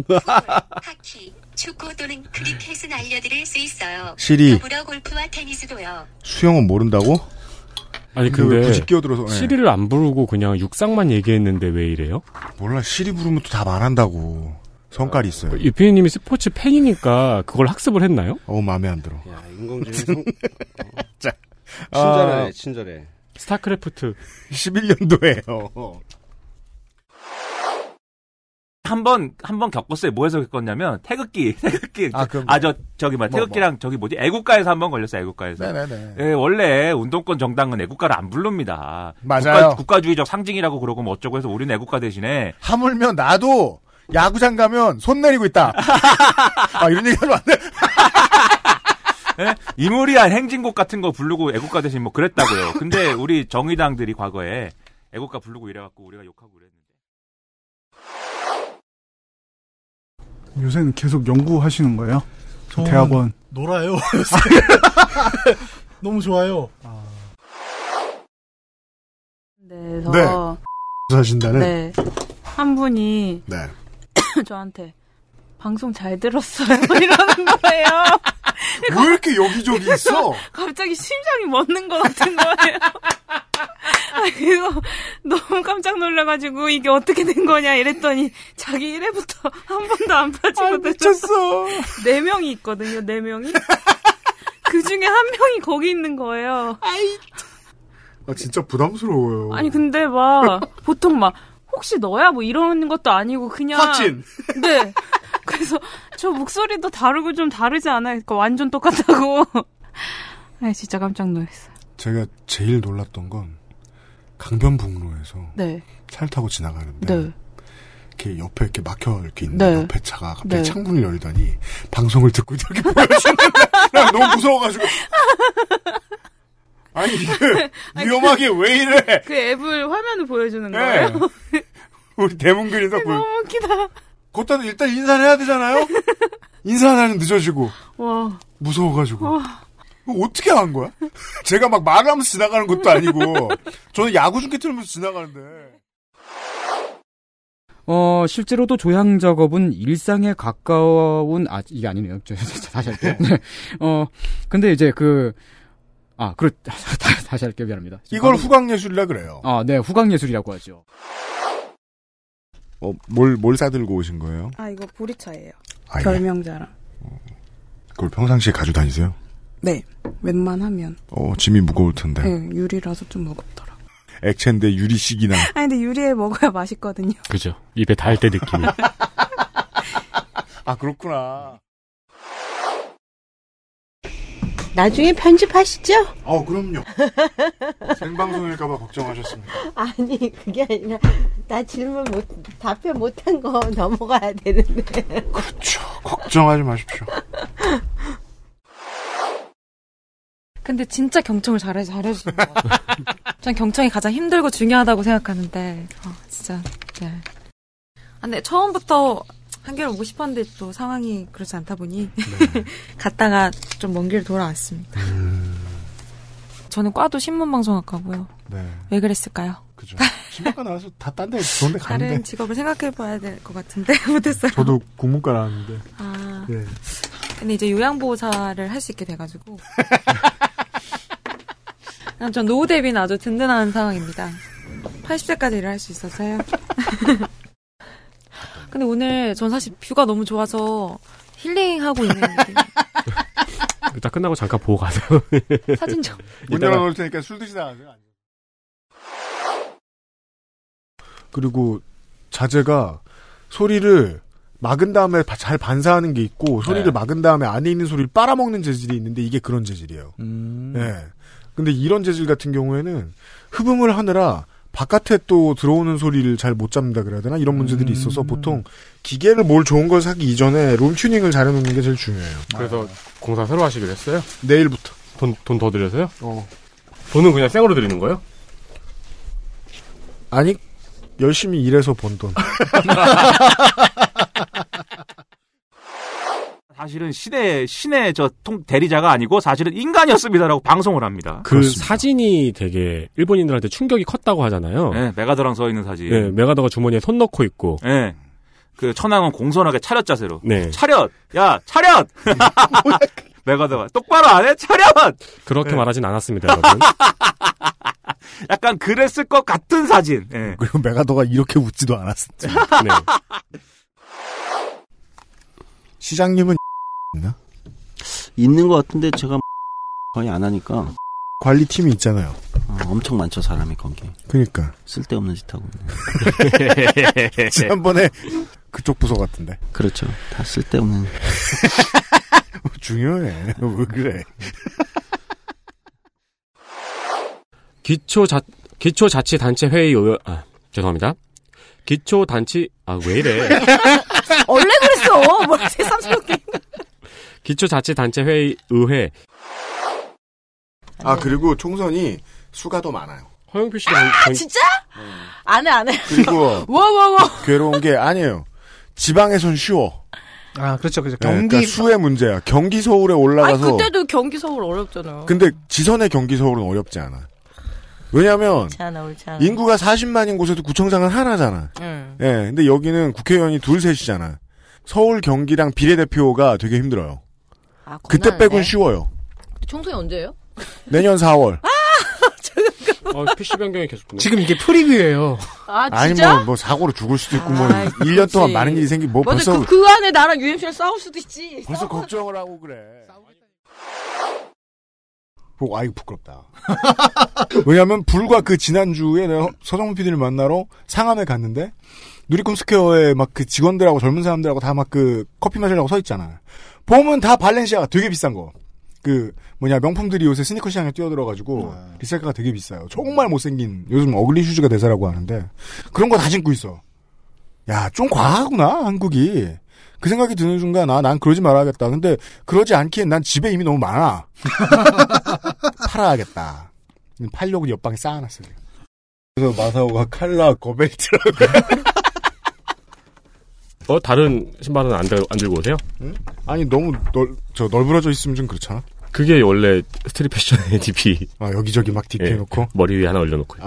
Speaker 17: 하키, 축구 또는 크리켓은 알려드릴 수 있어요.
Speaker 2: 시리.
Speaker 17: 더불어 골프와 테니스도요.
Speaker 2: 수영은 모른다고?
Speaker 8: 아니
Speaker 2: 근데 왜
Speaker 8: 근데
Speaker 2: 굳이 끼어들어서, 예.
Speaker 8: 시리를 안 부르고 그냥 육상만 얘기했는데 왜 이래요?
Speaker 2: 몰라 시리 부르면 또 다 말한다고 성깔이 있어요.
Speaker 8: 유피님이 스포츠 팬이니까 그걸 학습을 했나요?
Speaker 2: 어 마음에 안 들어.
Speaker 8: 야
Speaker 15: 인공지능 성-
Speaker 2: 자, 아,
Speaker 15: 친절해, 친절해.
Speaker 8: 아. 스타크래프트
Speaker 2: 11년도에요.
Speaker 10: 한 번, 한 번 겪었어요. 뭐에서 겪었냐면, 태극기, 태극기. 아, 저, 저기, 뭐,
Speaker 15: 뭐,
Speaker 10: 태극기랑 저기 뭐지? 애국가에서 한 번 걸렸어요, 애국가에서.
Speaker 15: 네네네.
Speaker 10: 예, 원래 운동권 정당은 애국가를 안 부릅니다.
Speaker 2: 맞아요.
Speaker 10: 국가, 주의적 상징이라고 그러고 뭐 어쩌고 해서 우리는 애국가 대신에.
Speaker 2: 하물며 나도 야구장 가면 손 내리고 있다. 아 이런 얘기 하면 안 돼.
Speaker 10: 예? 이무리한 행진곡 같은 거 부르고 애국가 대신 뭐 그랬다고요. 근데 우리 정의당들이 과거에 애국가 부르고 이래갖고 우리가 욕하고 그랬는데.
Speaker 18: 요새는 계속 연구하시는 거예요?
Speaker 16: 저는
Speaker 18: 대학원.
Speaker 16: 아. 놀아요. 요새. 너무 좋아요.
Speaker 18: 데서
Speaker 2: 네. 사신다는.
Speaker 18: 어. 네. 한 분이
Speaker 2: 네.
Speaker 18: 저한테 방송 잘 들었어요 이러는 거예요.
Speaker 2: 왜 이렇게 여기저기 있어?
Speaker 18: 갑자기 심장이 멎는 것 같은 거예요. 아, 그래서 너무 깜짝 놀라가지고 이게 어떻게 된 거냐 이랬더니 자기 1회부터 한 번도 안 빠지거든요.
Speaker 2: 미쳤어.
Speaker 18: 네 명이 있거든요. 네 명이. 그 중에 한 명이 거기 있는 거예요.
Speaker 2: 아, 진짜 부담스러워요.
Speaker 18: 뭐. 아니 근데 막 보통 막 혹시 너야 뭐 이런 것도 아니고 그냥
Speaker 2: 확진.
Speaker 18: 네. 그래서 저 목소리도 다르고 좀 다르지 않아요. 그러니까 완전 똑같다고. 아 진짜 깜짝 놀랐어. 요
Speaker 2: 제가 제일 놀랐던 건 강변북로에서
Speaker 18: 네.
Speaker 2: 차를 타고 지나가는데
Speaker 18: 네.
Speaker 2: 이렇게 옆에 이렇게 막혀 이렇게 있는
Speaker 18: 네.
Speaker 2: 옆에 차가 갑자기
Speaker 18: 네.
Speaker 2: 창문을 열더니 방송을 듣고 이렇게 보여주는데 나 너무 무서워가지고 아니 이게 위험하게 왜 이래?
Speaker 18: 그 앱을 화면을 보여주는
Speaker 2: 예.
Speaker 18: 거예요.
Speaker 2: 우리 대문교리에서 보
Speaker 18: 너무 웃기다.
Speaker 13: 아,
Speaker 2: 그것도 일단 인사를 해야 되잖아요. 인사하는 늦어지고
Speaker 18: 와.
Speaker 2: 무서워가지고
Speaker 18: 와.
Speaker 2: 이거 어떻게 한 거야? 제가 막 말하면서 지나가는 것도 아니고 저는 야구 중계 틀면서 지나가는데
Speaker 19: 어, 실제로도 조향 작업은 일상에 가까운, 아, 이게 아니네요. 저, 저, 다시 할게요. 네. 어, 근데 이제 그, 아, 그렇, 다, 다시 할게요. 미안합니다.
Speaker 2: 이걸 후광예술이라 그래요.
Speaker 19: 아, 네. 후광예술이라고 하죠.
Speaker 20: 어, 뭘, 뭘 싸들고 오신 거예요?
Speaker 21: 아 이거 보리차예요.
Speaker 2: 아, 예.
Speaker 21: 결명자랑.
Speaker 2: 그걸 평상시에 가지고 다니세요?
Speaker 21: 네. 웬만하면.
Speaker 20: 어, 짐이 무거울 텐데.
Speaker 21: 네, 유리라서 좀 무겁더라.
Speaker 20: 액체인데 유리식이나.
Speaker 21: 아니 근데 유리에 먹어야 맛있거든요.
Speaker 8: 그죠. 입에 닿을 때 느낌이.
Speaker 2: 아 그렇구나.
Speaker 22: 나중에 편집하시죠?
Speaker 2: 어 그럼요. 생방송일까봐 걱정하셨습니다.
Speaker 22: 아니 그게 아니라 나 질문 못 답변 못한 거 넘어가야 되는데.
Speaker 2: 그렇죠. 걱정하지 마십시오.
Speaker 13: 근데 진짜 경청을 잘해 잘해주는 것 같아요. 전 경청이 가장 힘들고 중요하다고 생각하는데 어, 진짜 네. 아, 근데 처음부터 한결 오고 싶었는데 또 상황이 그렇지 않다 보니 네. 갔다가 좀 먼 길 돌아왔습니다. 음. 저는 과도 신문방송학과고요.
Speaker 2: 네.
Speaker 13: 왜 그랬을까요?
Speaker 2: 그죠. 신문과 나와서 다 딴 데 좋은데 가는데
Speaker 13: 다른 직업을 생각해봐야 될 것 같은데 못했어요.
Speaker 6: 저도 국문과 나왔는데.
Speaker 13: 아.
Speaker 6: 예.
Speaker 13: 근데 이제 요양보호사를 할 수 있게 돼가지고. 그럼 전 노후 대비는 아주 든든한 상황입니다. 80세까지 일을 할 수 있어서요. 근데 오늘 전 사실 뷰가 너무 좋아서 힐링하고 있는 느낌.
Speaker 8: 딱 끝나고 잠깐 보고 가세요.
Speaker 13: 아, 사진 좀.
Speaker 2: 문 열어놓을 테니까 술 드시다 가세요. 그리고 자재가 소리를 막은 다음에 바- 잘 반사하는 게 있고 소리를
Speaker 20: 네.
Speaker 2: 막은 다음에 안에 있는 소리를 빨아먹는 재질이 있는데 이게 그런 재질이에요.
Speaker 20: 음.
Speaker 2: 예. 근데 이런 재질 같은 경우에는 흡음을 하느라 바깥에 또 들어오는 소리를 잘 못 잡는다 그래야 되나 이런
Speaker 13: 음.
Speaker 2: 문제들이 있어서 보통 기계를 뭘 좋은 걸 사기 이전에 룸 튜닝을 잘 해놓는 게 제일 중요해요.
Speaker 8: 그래서 공사 새로 하시기로 했어요?
Speaker 2: 내일부터.
Speaker 8: 돈, 돈 더 드려서요?
Speaker 2: 어.
Speaker 8: 돈은 그냥 생으로 드리는 거예요?
Speaker 2: 아니 열심히 일해서 번 돈.
Speaker 10: 사실은 시대 신의 저 통 대리자가 아니고 사실은 인간이었습니다라고 방송을 합니다.
Speaker 8: 그 사진이 되게 일본인들한테 충격이 컸다고 하잖아요.
Speaker 10: 네, 메가더랑 서 있는 사진.
Speaker 8: 네, 메가더가 주머니에 손 넣고 있고.
Speaker 10: 예. 그 천왕은 공손하게 차렷 자세로.
Speaker 8: 네.
Speaker 10: 차렷! 야, 차렷! 메가더가 똑바로 안 해? 차렷!
Speaker 8: 그렇게
Speaker 10: 네.
Speaker 8: 말하진 않았습니다, 여러분.
Speaker 10: 약간 그랬을 것 같은 사진. 예.
Speaker 2: 그리고 메가더가 이렇게 웃지도 않았었지.
Speaker 8: 네.
Speaker 2: 시장님은 있나?
Speaker 7: 있는 것 같은데 제가 거의 안 하니까
Speaker 2: 관리팀이 있잖아요.
Speaker 7: 어, 엄청 많죠 사람이 거기.
Speaker 2: 그니까.
Speaker 7: 쓸데없는 짓 하고. 있네.
Speaker 2: 지난번에 그쪽 부서 같은데.
Speaker 7: 그렇죠. 다 쓸데없는.
Speaker 2: 중요해. 왜 그래?
Speaker 8: 기초 자, 기초 자치 단체 회의 요요, 아, 죄송합니다. 기초 단치, 아, 왜 이래.
Speaker 22: 원래 그랬어. 뭐 뭘 새삼스럽게.
Speaker 8: 기초 자치 단체 회의 의회.
Speaker 2: 아, 그리고 총선이 수가 더 많아요.
Speaker 8: 허영표 씨
Speaker 22: 아 진짜? 안해 안해.
Speaker 2: 그리고-
Speaker 22: 와와와.
Speaker 2: 어, 괴로운 게 아니에요. 지방에선 쉬워.
Speaker 14: 아 그렇죠 그렇죠.
Speaker 2: 네, 그러니까 수의 문제야. 경기 서울에
Speaker 22: 아니
Speaker 2: 올라가서.
Speaker 22: 그때도 경기 서울 어렵잖아.
Speaker 2: 근데 지선의 경기 서울은 어렵지 않아. 왜냐하면
Speaker 1: 옳지 않아, 옳지 않아.
Speaker 2: 인구가 40만인 곳에도 구청장은 하나잖아.
Speaker 1: 응.
Speaker 2: 예, 근데 여기는 국회의원이 둘 셋이잖아. 서울 경기랑 비례대표가 되게 힘들어요.
Speaker 1: 아,
Speaker 2: 그때
Speaker 1: 겁나는데.
Speaker 2: 빼곤 쉬워요.
Speaker 1: 총선이 언제예요?
Speaker 2: 내년 4월.
Speaker 1: 아!
Speaker 11: 어, PC 변경이 계속 되네.
Speaker 2: 지금 이게 프리뷰예요.
Speaker 1: 아,
Speaker 2: 니
Speaker 1: 진짜? 아,
Speaker 2: 뭐, 뭐 사고로 죽을 수도 있고 뭐 1년 동안 많은 일이 생기 뭐
Speaker 1: 맞아,
Speaker 2: 벌써
Speaker 1: 그, 그 안에 나랑 UMC랑 싸울 수도 있지.
Speaker 2: 벌써 걱정을 하고 그래. 보고 아이고 부끄럽다. 왜냐하면 불과 그 지난주에 내가 서정문 PD를 만나러 상암에 갔는데 누리꾼 스퀘어에 막 그 직원들하고 젊은 사람들하고 다 막 그 커피 마시려고 서 있잖아. 보면 다 발렌시아가 되게 비싼 거. 그 뭐냐 명품들이 요새 스니커 시장에 뛰어들어가지고 리셀가가 되게 비싸요. 정말 못생긴 요즘 어글리 슈즈가 대세라고 하는데 그런 거 다 신고 있어. 야 좀 과하구나 한국이. 그 생각이 드는 순간 아 난 그러지 말아야겠다. 근데 그러지 않기엔 난 집에 이미 너무 많아. 팔아야겠다. 팔려고 옆방에 쌓아놨어요.
Speaker 23: 그래서 마사오가 칼라 거벨트라고
Speaker 11: 어, 다른 신발은 안, 들, 안 들고 오세요?
Speaker 2: 아니 너무 넓, 저 널브러져 있으면 좀 그렇잖아.
Speaker 11: 그게 원래 스트릿 패션의 DP.
Speaker 2: 아, 여기저기 막 DP 해놓고?
Speaker 11: 머리 위에 하나 올려놓고.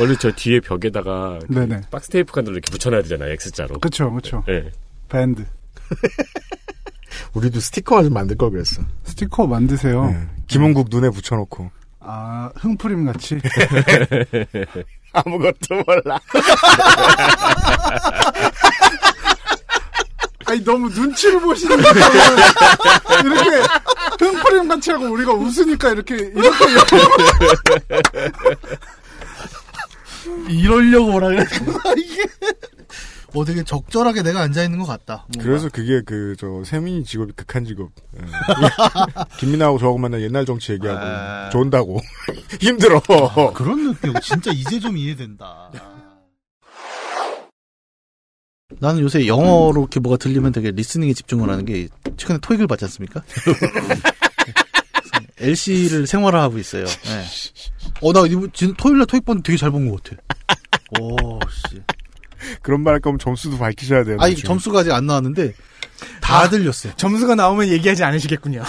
Speaker 11: 원래 저 뒤에 벽에다가 그
Speaker 6: 네네.
Speaker 11: 박스 테이프 간으로 이렇게 붙여놔야 되잖아요, X자로.
Speaker 6: 그쵸, 그쵸.
Speaker 11: 예.
Speaker 6: 밴드.
Speaker 20: 우리도 스티커 좀 만들 걸 그랬어.
Speaker 6: 스티커 만드세요.
Speaker 2: 네. 김홍국 눈에 붙여놓고.
Speaker 6: 아, 흥프림 같이.
Speaker 2: 아무것도 몰라.
Speaker 6: 아니, 너무 눈치를 보시는 거예요. 이렇게 흥프림 같이 하고 우리가 웃으니까 이렇게, 이렇게.
Speaker 16: 이러려고 뭐라 그래. 이게. 어, 되게 적절하게 내가 앉아있는 것 같다. 뭔가.
Speaker 2: 그래서 그게 그 저 세민이 직업이 극한 직업. 예. 김민아하고 저하고 만나 옛날 정치 얘기하고 존다고 힘들어.
Speaker 16: 아. 그런 느낌 진짜 이제 좀 이해된다. 나는 요새 영어로 이렇게 뭐가 들리면 되게 리스닝에 집중을 하는 게 최근에 토익을 받지 않습니까? LC를 생활화하고 있어요. 네. 어, 나 이번 진- 토요일날 토익 본 되게 잘 본 것 같아. 오, 씨.
Speaker 2: 그런 말 할 거면 점수도 밝히셔야 돼요.
Speaker 16: 아, 이
Speaker 2: 나중에.
Speaker 16: 점수가 아직 안 나왔는데 다 들렸어요.
Speaker 14: 네, 아, 점수가 나오면 얘기하지 않으시겠군요.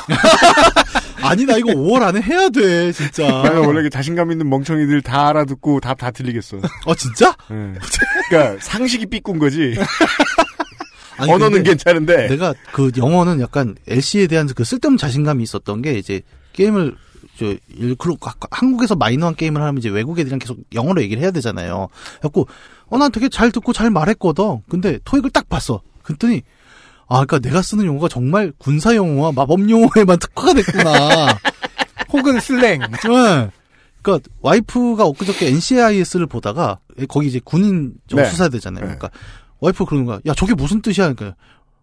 Speaker 16: 아니 나 이거 5월 안에 해야 돼 진짜.
Speaker 2: 내가 원래 이렇게 자신감 있는 멍청이들 다 알아듣고 답 다 틀리겠어.
Speaker 16: 어 진짜?
Speaker 2: 그러니까 상식이 삐꾼 거지.
Speaker 16: 아니,
Speaker 2: 언어는
Speaker 16: 근데
Speaker 2: 괜찮은데
Speaker 16: 내가 그 영어는 약간 LC에 대한 그 쓸데없는 자신감이 있었던 게 이제 게임을 저 일그룹 한국에서 마이너한 게임을 하면 이제 외국 애들이랑 계속 영어로 얘기를 해야 되잖아요. 그래갖고 어난 되게 잘 듣고 잘 말했거든. 근데 토익을 딱 봤어. 그랬더니 아 그러니까 내가 쓰는 용어가 정말 군사 용어와 마법 용어에만 특화가 됐구나. 혹은 슬랭. 네. 그러니까 와이프가 엊그저께 NCIS를 보다가 거기 이제 군인 저
Speaker 14: 네.
Speaker 16: 수사대잖아요. 그러니까 와이프 그러는 거야. 야 저게 무슨 뜻이야? 그러니까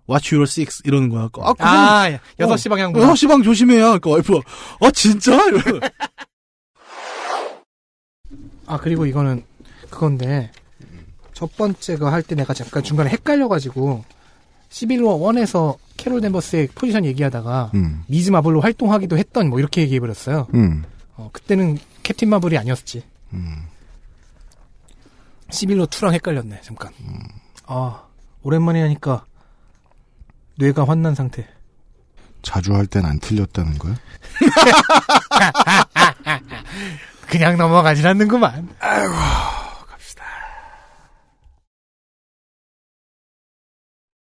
Speaker 16: Watch your six 이러는 거야. 아, 그건- 어,
Speaker 14: 아, 여섯 시 방향구나.
Speaker 16: 여섯 시 방 조심해야. 그러니까 와이프가 아 진짜? 이러고.
Speaker 14: 아 그리고 이거는 그건데 첫 번째 거 할 때 내가 잠깐 중간에 헷갈려가지고 11호 1에서 캐롤 댄버스의 포지션 얘기하다가
Speaker 2: 음.
Speaker 14: 미즈 마블로 활동하기도 했던 뭐 이렇게 얘기해버렸어요.
Speaker 2: 음.
Speaker 14: 어, 그때는 캡틴 마블이 아니었지. 음. 11호 2랑 헷갈렸네 잠깐. 아 오랜만에 하니까 뇌가 환난 상태.
Speaker 2: 자주 할 땐 안 틀렸다는 거야?
Speaker 14: 그냥 넘어가진 않는구만. 아이고.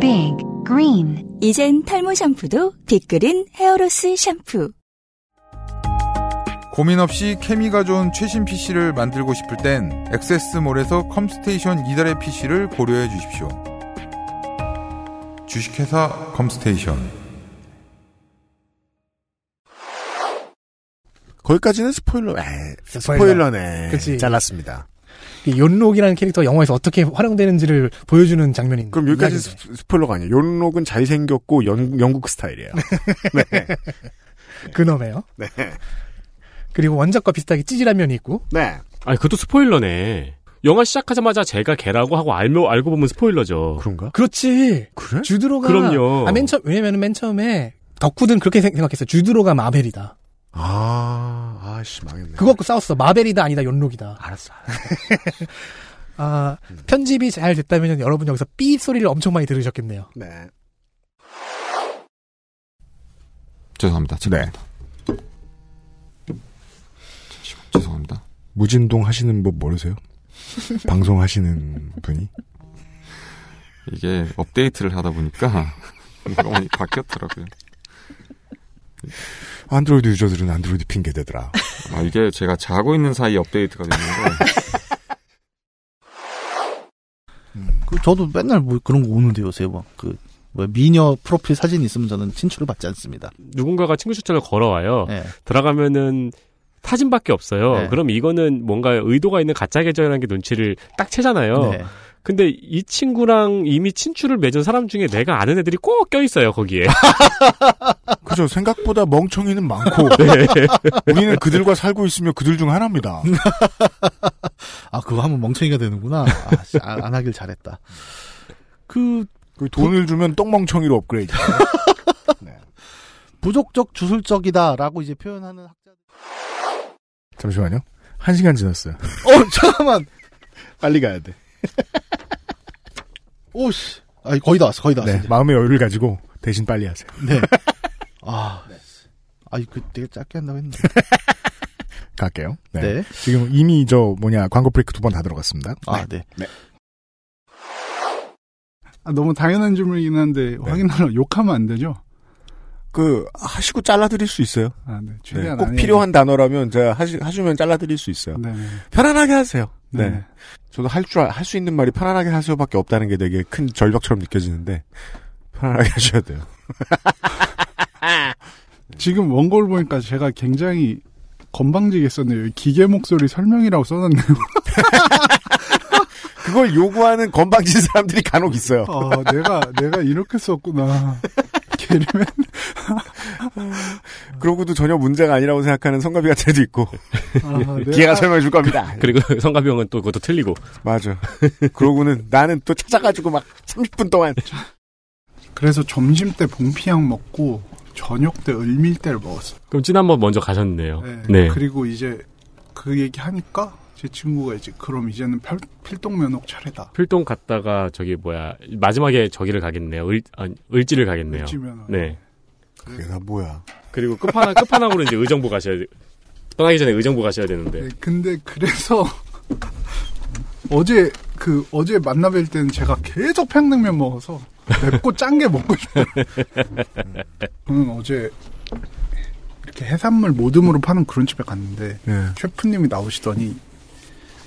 Speaker 5: 빅 그린 이젠 탈모 샴푸도 빅그린 헤어로스 샴푸
Speaker 3: 고민 없이 케미가 좋은 최신 PC를 만들고 싶을 땐 액세스몰에서 컴스테이션 이달의 PC를 고려해 주십시오. 주식회사 컴스테이션
Speaker 2: 거기까지는 스포일러. 에이, 스포일러네.
Speaker 14: 그치.
Speaker 2: 잘랐습니다.
Speaker 14: 이 욘록이라는 캐릭터 영화에서 어떻게 활용되는지를 보여주는 장면인.
Speaker 2: 그럼 여기까지 스- 스포일러가 아니에요. 욘록은 잘생겼고 영, 영국 스타일이에요.
Speaker 14: 그놈에요.
Speaker 2: 네.
Speaker 14: 그리고 원작과 비슷하게 찌질한 면이 있고.
Speaker 2: 네.
Speaker 8: 아니 그것도 스포일러네. 영화 시작하자마자 제가 개라고 하고 알며 알고 보면 스포일러죠.
Speaker 2: 그런가?
Speaker 14: 그렇지. 그래? 주드로가
Speaker 8: 그럼요.
Speaker 14: 아, 맨 처음 왜냐면 맨 처음에 덕후들은 그렇게 생- 생각했어. 주드로가 마벨이다.
Speaker 2: 아, 아씨 망했네.
Speaker 14: 그거 갖고 싸웠어. 마벨이다 아니다 연록이다.
Speaker 2: 알았어.
Speaker 14: 아, 편집이 잘 됐다면 여러분 여기서 삐 소리를 엄청 많이 들으셨겠네요.
Speaker 2: 네.
Speaker 9: 죄송합니다. 네. 죄송합니다.
Speaker 2: 무진동 하시는 법 모르세요? 방송하시는 분이?
Speaker 9: 이게 업데이트를 하다 보니까 영원히 바뀌었더라고요.
Speaker 2: 안드로이드 유저들은 안드로이드 핑계 대더라.
Speaker 9: 아, 이게 제가 자고 있는 사이 업데이트가 됐는데
Speaker 16: 그 저도 맨날 뭐 그런 거 오는데 요새 막그 뭐 미녀 프로필 사진 있으면 저는 친추를 받지 않습니다.
Speaker 8: 누군가가 친구 추천을 걸어와요.
Speaker 2: 네.
Speaker 8: 들어가면은 사진밖에 없어요.
Speaker 16: 네.
Speaker 8: 그럼 이거는 뭔가 의도가 있는 가짜 계정이라는 게 눈치를 딱 채잖아요.
Speaker 16: 네.
Speaker 8: 근데 이 친구랑 이미 친추를 맺은 사람 중에 내가 아는 애들이 꼭 껴 있어요 거기에.
Speaker 2: 그죠. 생각보다 멍청이는 많고.
Speaker 8: 네.
Speaker 2: 우리는 그들과 살고 있으며 그들 중 하나입니다.
Speaker 16: 아 그거 하면 멍청이가 되는구나. 아, 씨, 안, 안 하길 잘했다. 그,
Speaker 2: 돈을 주면 똥멍청이로 업그레이드. 네.
Speaker 16: 부족적 주술적이다라고 이제 표현하는 학자.
Speaker 2: 잠시만요. 한 시간 지났어요.
Speaker 16: 어 잠깐만.
Speaker 2: 빨리 가야 돼.
Speaker 16: 오씨. 아 거의 다 왔어. 거의 다 왔어.
Speaker 2: 네. 마음의 여유를 가지고 대신 빨리 하세요.
Speaker 16: 네. 아. 아이 그 되게 짧게 한다고 했는데.
Speaker 2: 갈게요. 네.
Speaker 16: 네.
Speaker 2: 지금 이미 저 뭐냐 광고 브레이크 두 번 다 들어갔습니다.
Speaker 16: 아, 네.
Speaker 12: 아, 너무 당연한 질문이긴 한데 확인하러 욕하면 안 되죠?
Speaker 2: 네. 그 하시고 잘라드릴 수 있어요.
Speaker 12: 아, 네.
Speaker 2: 네,
Speaker 12: 최대한
Speaker 2: 꼭
Speaker 12: 안 해야
Speaker 2: 필요한 단어라면 제가 하시, 하시면 잘라드릴 수 있어요.
Speaker 12: 네.
Speaker 2: 편안하게 하세요. 네.
Speaker 12: 네.
Speaker 2: 저도 할 줄, 알- 할 수 있는 말이 편안하게 하세요밖에 없다는 게 되게 큰 절벽처럼 느껴지는데, 편안하게 하셔야 돼요.
Speaker 12: 지금 원고를 보니까 제가 굉장히 건방지게 썼네요. 이 기계 목소리 설명이라고 써놨네요.
Speaker 2: 그걸 요구하는 건방진 사람들이 간혹 있어요.
Speaker 12: 어, 내가 내가 이렇게 썼구나.
Speaker 2: 그러고도 전혀 문제가 아니라고 생각하는 성가비 같은 애도 있고,
Speaker 12: 아, 네.
Speaker 2: 기회가 설명해 줄 겁니다.
Speaker 8: 그리고 성가비 형은 또 그것도 틀리고.
Speaker 2: 맞아. 그러고는 나는 또 찾아가지고 막 30분 동안.
Speaker 12: 그래서 점심 때 봉피향 먹고 저녁 때 을밀대를 먹었어요.
Speaker 8: 그럼 찐 한번 먼저 가셨네요.
Speaker 12: 네. 그리고 이제 그 얘기 하니까 제 친구가 이제 그럼 이제는 필, 필동 면옥 차례다.
Speaker 8: 필동 갔다가 저기 뭐야 마지막에 저기를 가겠네요. 을, 아니, 을지를 가겠네요.
Speaker 12: 을지면-
Speaker 8: 네.
Speaker 2: 그게 다 뭐야?
Speaker 8: 그리고 끝판왕 끝판왕으로 이제 의정부 가셔야 돼. 떠나기 전에 의정부 가셔야 되는데.
Speaker 12: 근데 그래서 어제 그 어제 만나뵐 때는 제가 계속 평냉면 먹어서 맵고 짠 게 먹고 싶어요. 저는 어제 이렇게 해산물 모듬으로 파는 그런 집에 갔는데 셰프님이 나오시더니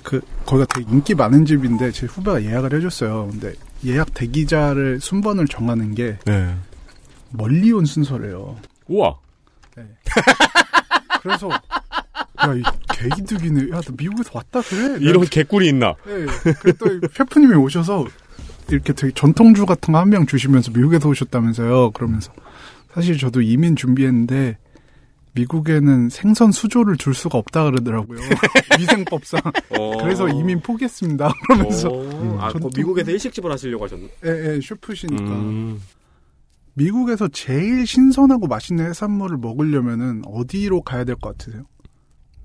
Speaker 12: 그 거기가 되게 인기 많은 집인데 제 후배가 예약을 해줬어요. 근데 예약 대기자를 순번을 정하는 게
Speaker 2: 네.
Speaker 12: 멀리 온 순서래요.
Speaker 8: 우와.
Speaker 12: 그래서 야, 이 개기득이네. 야, 너 미국에서 왔다 그래.
Speaker 8: 이런 개꿀이 있나?
Speaker 12: 네. 그랬더니 셰프님이 오셔서 이렇게 되게 전통주 같은 거 한 병 주시면서 미국에서 오셨다면서요. 그러면서 사실 저도 이민 준비했는데 미국에는 생선 수조를 줄 수가 없다 그러더라고요. 위생법상.
Speaker 8: 어.
Speaker 12: 그래서 이민 포기했습니다. 그러면서
Speaker 8: 아,
Speaker 12: 전통-
Speaker 8: 미국에서 일식집을 하시려고 하셨나?
Speaker 12: 예, 예, 셰프시니까.
Speaker 8: 음.
Speaker 12: 미국에서 제일 신선하고 맛있는 해산물을 먹으려면은 어디로 가야 될 것 같으세요?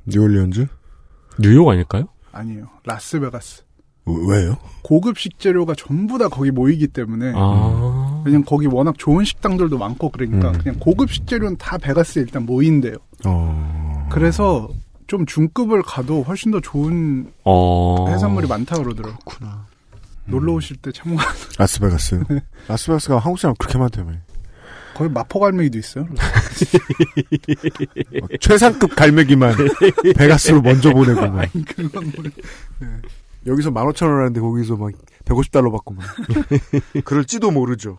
Speaker 2: 뉴올리언즈?
Speaker 8: 뉴욕 아닐까요?
Speaker 12: 아니에요. 라스베가스.
Speaker 2: 어, 왜요?
Speaker 12: 고급 식재료가 전부 다 거기 모이기 때문에
Speaker 8: 아.
Speaker 12: 왜냐면 거기 워낙 좋은 식당들도 많고 그러니까 그냥 고급 식재료는 다 베가스에 일단 모인대요. 어. 그래서 좀 중급을 가도 훨씬 더 좋은
Speaker 8: 어.
Speaker 12: 해산물이 많다 그러더라고요. 그렇구나. 놀러 오실 때 참고
Speaker 2: 라스베가스.
Speaker 12: 네.
Speaker 2: 라스베가스가 한국 사람 그렇게 많다며.
Speaker 12: 거기 마포갈매기도 있어요.
Speaker 8: 예.
Speaker 2: 최상급 갈매기만 베가스로 먼저 보내고만. 뭐.
Speaker 12: 그건 모르. 네.
Speaker 2: 여기서 15,000원 하는데 거기서 막 150달러 받고만. 네. 그럴지도 모르죠.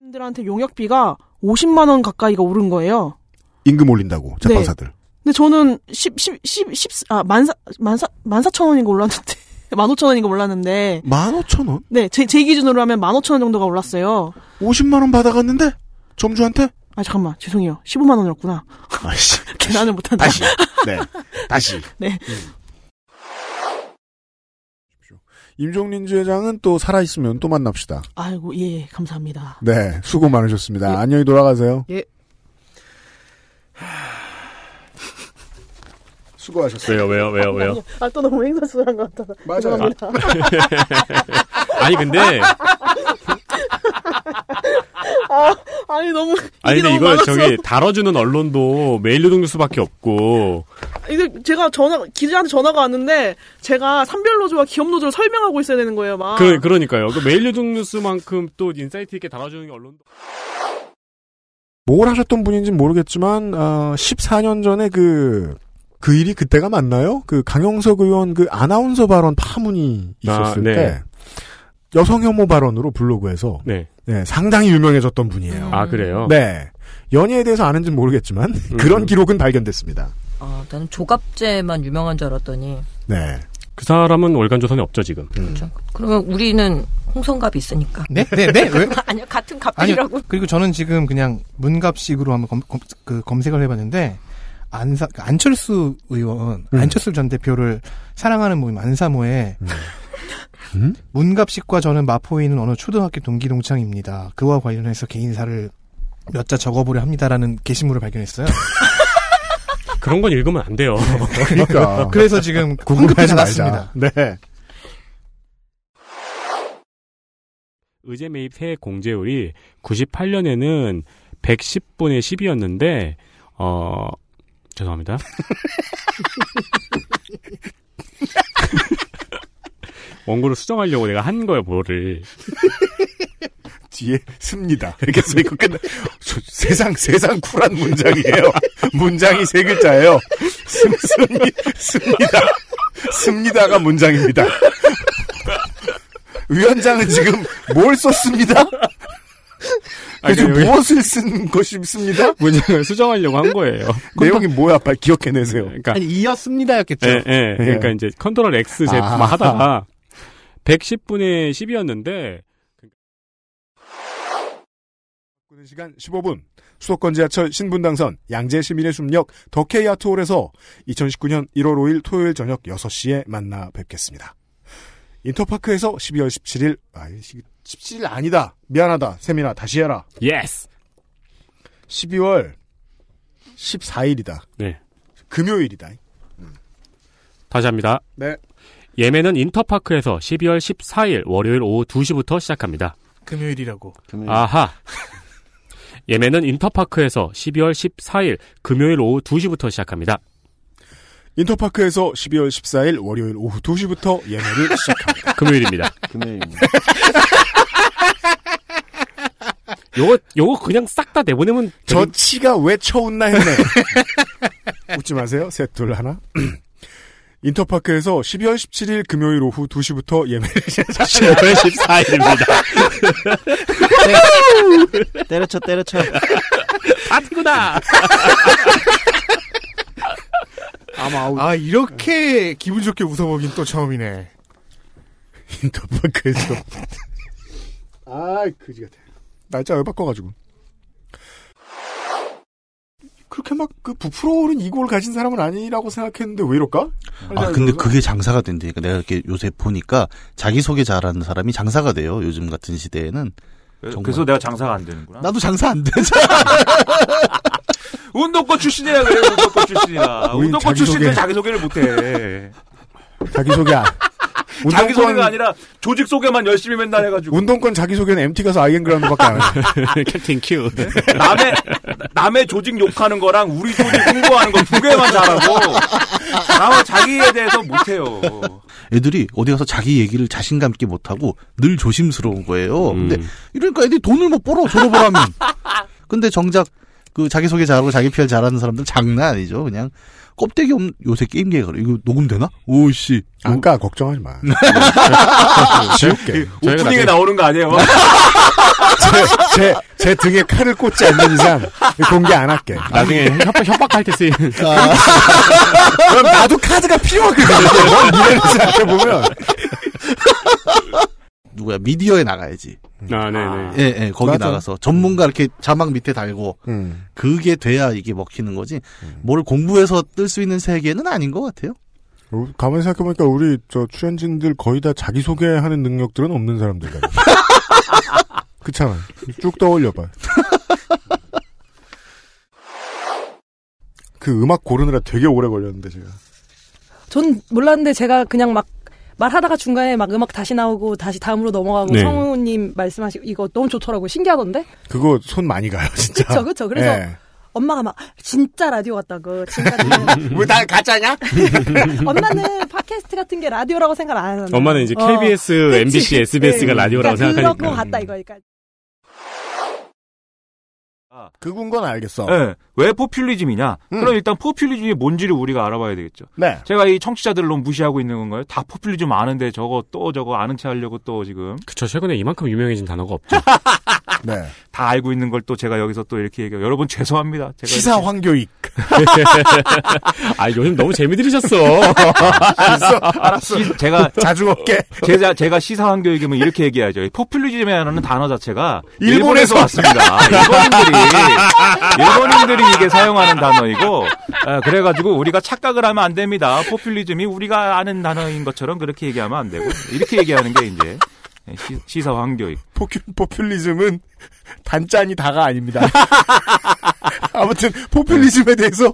Speaker 24: 분들한테 용역비가 50만 원 가까이가 오른 거예요.
Speaker 2: 임금 올린다고, 재판사들.
Speaker 24: 근데 저는 10, 10, 10, 10, 아, 만사, 만사, 만사천 원인 거 올랐는데. 만오천 원인 거 올랐는데.
Speaker 2: 15,000원?
Speaker 24: 네, 제, 제 기준으로 하면 만오천 원 정도가 올랐어요.
Speaker 2: 50만 원 받아갔는데? 점주한테?
Speaker 24: 아 잠깐만 죄송해요. 15만 원이었구나.
Speaker 2: 아이씨.
Speaker 24: 계산을 못한다.
Speaker 2: 다시. 네. 다시. 음.
Speaker 24: 네.
Speaker 2: 임종린 주회장은 또 살아있으면 또 만납시다.
Speaker 24: 아이고 예, 예 감사합니다.
Speaker 2: 네. 수고 많으셨습니다. 안녕히 돌아가세요.
Speaker 24: 예.
Speaker 2: 수고하셨어요.
Speaker 8: 왜요, 왜요, 왜요?
Speaker 24: 아또 너무 행사스러운 것 같아.
Speaker 2: 맞아요.
Speaker 8: 아니 근데
Speaker 24: 아, 아니 너무 이게
Speaker 8: 아니 근데
Speaker 24: 너무
Speaker 8: 이걸
Speaker 24: 많았어.
Speaker 8: 저기 다뤄주는 언론도 메일 노동 뉴스밖에 없고
Speaker 24: 이게 제가 전화 기자한테 전화가 왔는데 제가 산별 노조와 기업 노조를 설명하고 있어야 되는 거예요,
Speaker 12: 아.
Speaker 24: 막.
Speaker 8: 그 그러니까요. 그 메일 노동 뉴스만큼 또 인사이트 있게 다뤄주는 게 언론도
Speaker 2: 뭘 하셨던 분인지는 모르겠지만 아, 14년 전에 그, 그 일이 그때가 맞나요? 그 강영석 의원 그 아나운서 발언 파문이 있었을
Speaker 8: 아, 네.
Speaker 2: 때 여성 혐오 발언으로 블로그에서
Speaker 8: 네.
Speaker 2: 네, 상당히 유명해졌던 분이에요.
Speaker 8: 아, 그래요? 음.
Speaker 2: 네. 연예에 대해서 아는지는 모르겠지만 그런 기록은 발견됐습니다.
Speaker 13: 아, 나는 조갑제만 유명한 줄 알았더니
Speaker 2: 네. 음.
Speaker 8: 그 사람은 월간 조선에 없죠 지금.
Speaker 13: 그러면 우리는 홍성갑이 있으니까.
Speaker 14: 네? 네, 네, 왜?
Speaker 13: 아니요, 같은
Speaker 14: 아니
Speaker 13: 갑질이라고.
Speaker 14: 그리고 저는 지금 그냥 문갑식으로 한번 검, 색을 해봤는데 안사 안철수 의원
Speaker 2: 음.
Speaker 14: 안철수 전 대표를 사랑하는 모임 안사모에
Speaker 2: 음?
Speaker 14: 문갑식과 저는 마포에 있는 어느 초등학교 동기 동창입니다. 그와 관련해서 개인사를 몇 자 적어보려 합니다라는 게시물을 발견했어요.
Speaker 8: 그런 건 읽으면 안 돼요.
Speaker 14: 그러니까. 그래서 지금
Speaker 8: 궁금해
Speaker 14: 황급히 닫았습니다.
Speaker 2: 네.
Speaker 8: 의제 매입 세액 공제율이 98년에는 110분의 10이었는데 어 죄송합니다. 원고를 수정하려고 내가 한 거예요, 뭐를.
Speaker 2: 뒤에 씁니다. 이렇게 써있고 끝나. 저, 세상 세상 쿨한 문장이에요. 문장이 세 글자예요. 씁, 씁니- 씁니다. 씁니다가 문장입니다. 위원장은 지금 뭘 썼습니다?
Speaker 8: 아니,
Speaker 2: 그래서
Speaker 8: 왜-
Speaker 2: 무엇을 쓴 것이 씁니다?
Speaker 8: 문장을 수정하려고 한 거예요.
Speaker 2: 내용이 뭐야? 빨리 기억해내세요.
Speaker 8: 그러니까
Speaker 14: 아니, 이었습니다였겠죠.
Speaker 8: 예, 예. 그러니까
Speaker 2: 예.
Speaker 8: 이제 컨트롤 X Z
Speaker 2: 아.
Speaker 8: 막 하다가 110분의 10이었는데
Speaker 2: 는 시간 15분. 수도권 지하철 신분당선 양재 시민의 숲역 더케이 아트홀에서 2019년 1월 5일 토요일 저녁 6시에 만나 뵙겠습니다. 인터파크에서 12월 17일 아 17일 아니다. 미안하다. 세미나 다시 해라.
Speaker 8: 예스.
Speaker 2: 12월 14일이다.
Speaker 8: 네.
Speaker 2: 금요일이다.
Speaker 8: 다시 합니다.
Speaker 2: 네.
Speaker 8: 예매는 인터파크에서 12월 14일 월요일 오후 2시부터 시작합니다.
Speaker 14: 금요일이라고.
Speaker 8: 아하. 예매는 인터파크에서 12월 14일 금요일 오후 2시부터 시작합니다.
Speaker 2: 인터파크에서 12월 14일 월요일 오후 2시부터 예매를 시작합니다.
Speaker 8: 금요일입니다.
Speaker 2: 금요일입니다.
Speaker 8: 요거 요거 그냥 싹 다 내보내면
Speaker 2: 저 치가 왜 쳐웃나 했네. 웃지 마세요. 셋, 둘, 하나. 인터파크에서 12월 17일 금요일 오후 2시부터 예매를 시작합니다.
Speaker 8: 12월 14일입니다.
Speaker 15: 때려쳐 때려쳐.
Speaker 8: 아트구나.
Speaker 14: 아마 아 이렇게 기분 좋게 웃어보긴 또 처음이네.
Speaker 2: 인터파크에서 아, 그지 같아. 날짜 왜 바꿔가지고. 그렇게 막 그 부풀어오른 이골 가진 사람은 아니라고 생각했는데 왜 이럴까?
Speaker 16: 아, 근데 그게 장사가 된다니까. 내가 이렇게 요새 보니까 자기소개 잘하는 사람이 장사가 돼요. 요즘 같은 시대에는. 정말.
Speaker 10: 그래서 내가 장사가 안 되는구나.
Speaker 16: 나도 장사 안 되잖아.
Speaker 10: 운동권 출신이야 그래 운동권 출신이야.
Speaker 2: 우린
Speaker 10: 운동권 출신들
Speaker 2: 자기소개.
Speaker 10: 자기소개를 못해.
Speaker 2: 네. 자기소개야.
Speaker 10: 자기소개가
Speaker 2: 운동권,
Speaker 10: 아니라 조직 소개만 열심히 맨날 해가지고
Speaker 2: 운동권 자기소개는 MT 가서 아이엔그라운드밖에 안 해.
Speaker 8: 캡틴 큐.
Speaker 10: 남의 남의 조직 욕하는 거랑 우리 조직 홍보하는 거 두 개만 잘하고 나머 자기에 대해서 못해요.
Speaker 16: 애들이 어디 가서 자기 얘기를 자신감 있게 못하고 늘 조심스러운 거예요. 근데 이러니까 애들이 돈을 못 벌어 졸업을 하면. 근데 정작 그 자기소개 잘하고 자기 PR 잘하는 사람들 장난 아니죠. 그냥 껍데기 없는 요새 게임기에 그래. 이거 녹음되나? 오씨. 네.
Speaker 2: 안까 걱정하지 마. 아, 지울게.
Speaker 10: 오프닝에 나오는 거
Speaker 8: 네.
Speaker 10: 아니에요?
Speaker 2: 제, 제 등에 칼을 꽂지 않는 이상 공개 안 할게.
Speaker 8: 나중에 협박, 협박할 때 쓰이는.
Speaker 2: 그럼 나도 카드가 필요하거든. 미래를 생각해보면.
Speaker 16: 누구야 미디어에 나가야지.
Speaker 8: 아, 네네.
Speaker 16: 예, 예, 거기
Speaker 8: 맞아.
Speaker 16: 나가서 전문가 이렇게 자막 밑에 달고
Speaker 2: 음.
Speaker 16: 그게 돼야 이게 먹히는 거지. 뭘 공부해서 뜰 수 있는 세계는 아닌 것 같아요.
Speaker 2: 어, 가만히 생각해보니까 우리 저 출연진들 거의 다 자기소개하는 능력들은 없는 사람들 같아요. 그렇잖아. 쭉 떠올려봐. 그 음악 고르느라 되게 오래 걸렸는데 제가.
Speaker 15: 전 몰랐는데 제가 그냥 막 말하다가 중간에 막 음악 다시 나오고 다시 다음으로 넘어가고
Speaker 2: 네.
Speaker 15: 성우님 말씀하시고 이거 너무 좋더라고 신기하던데
Speaker 2: 그거 손 많이 가요 진짜.
Speaker 15: 그쵸, 그쵸. 그래서
Speaker 2: 예.
Speaker 15: 엄마가 막 진짜 라디오 같다고 진짜 라디오.
Speaker 2: 왜다 가짜냐?
Speaker 15: 엄마는 팟캐스트 같은 게 라디오라고 생각 안 하는데 어.
Speaker 8: 엄마는 이제 KBS, MBC, SBS가 라디오라고
Speaker 15: 그러니까 그런 거
Speaker 8: 생각하니까.
Speaker 15: 같다 이거니까
Speaker 2: 그군 건 알겠어. 음.
Speaker 10: 예, 아. 왜 포퓰리즘이냐? 그럼 일단 포퓰리즘이 뭔지를 우리가 알아봐야 되겠죠.
Speaker 2: 네.
Speaker 10: 제가 이 청취자들을 너무 무시하고 있는 건가요? 다 포퓰리즘 아는데 저거 또 저거 아는 체 하려고 또 지금.
Speaker 8: 그쵸, 최근에 이만큼 유명해진 단어가 없죠.
Speaker 2: 네.
Speaker 10: 다 알고 있는 걸 또 제가 여기서 또 이렇게 얘기해요. 여러분 죄송합니다. 제가
Speaker 2: 시사
Speaker 10: 이렇게-
Speaker 2: 황교익.
Speaker 8: 아, 요즘 너무 재미 들으셨어.
Speaker 10: 알았어, 알았어. 시- 제가
Speaker 2: 자주 먹게.
Speaker 10: 제가 제가 시사한 교육이면 이렇게 얘기하죠. 이 포퓰리즘이라는 단어 자체가 일본에서
Speaker 2: 일본에서
Speaker 10: 왔습니다. 일본인들이 일본인들이 이게 사용하는 단어이고 아, 그래가지고 우리가 착각을 하면 안 됩니다. 포퓰리즘이 우리가 아는 단어인 것처럼 그렇게 얘기하면 안 되고 이렇게 얘기하는 게 이제 시- 시사 황교익.
Speaker 2: 포퓰리즘은 단짠이 다가 아닙니다. 아무튼 포퓰리즘에 대해서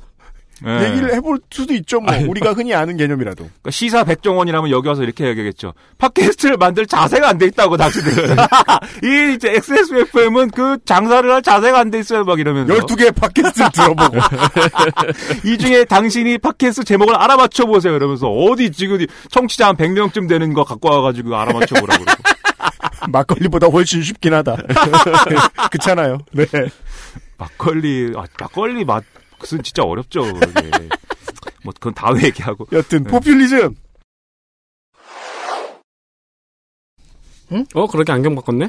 Speaker 10: 네.
Speaker 2: 얘기를 해볼 수도 있죠. 뭐 우리가 흔히 예. 아는 개념이라도.
Speaker 10: 그러니까 시사 백종원이라면 여기 와서 이렇게 얘기하겠죠. 팟캐스트를 만들 자세가 안 돼 있다고 당신들. 이 이제 XSFM은 그 장사를 할 자세가 안 돼 있어요 막 이러면서.
Speaker 2: 12개의 팟캐스트를 들어보고.
Speaker 10: 이 중에 당신이 팟캐스트 제목을 알아맞혀 보세요 이러면서 어디 지금 이 청취자 한 100명쯤 되는 거 갖고 와 가지고 알아맞혀 보라고. 그러고.
Speaker 2: 막걸리보다 훨씬 쉽긴 하다. 그렇잖아요. 네.
Speaker 10: 막걸리 아, 막걸리 맛 그건 진짜 어렵죠. 그게. 뭐 그건 다음 얘기하고. 네.
Speaker 2: 여튼
Speaker 8: 네.
Speaker 2: 포퓰리즘.
Speaker 8: 어, 그렇게 안경 바꿨네?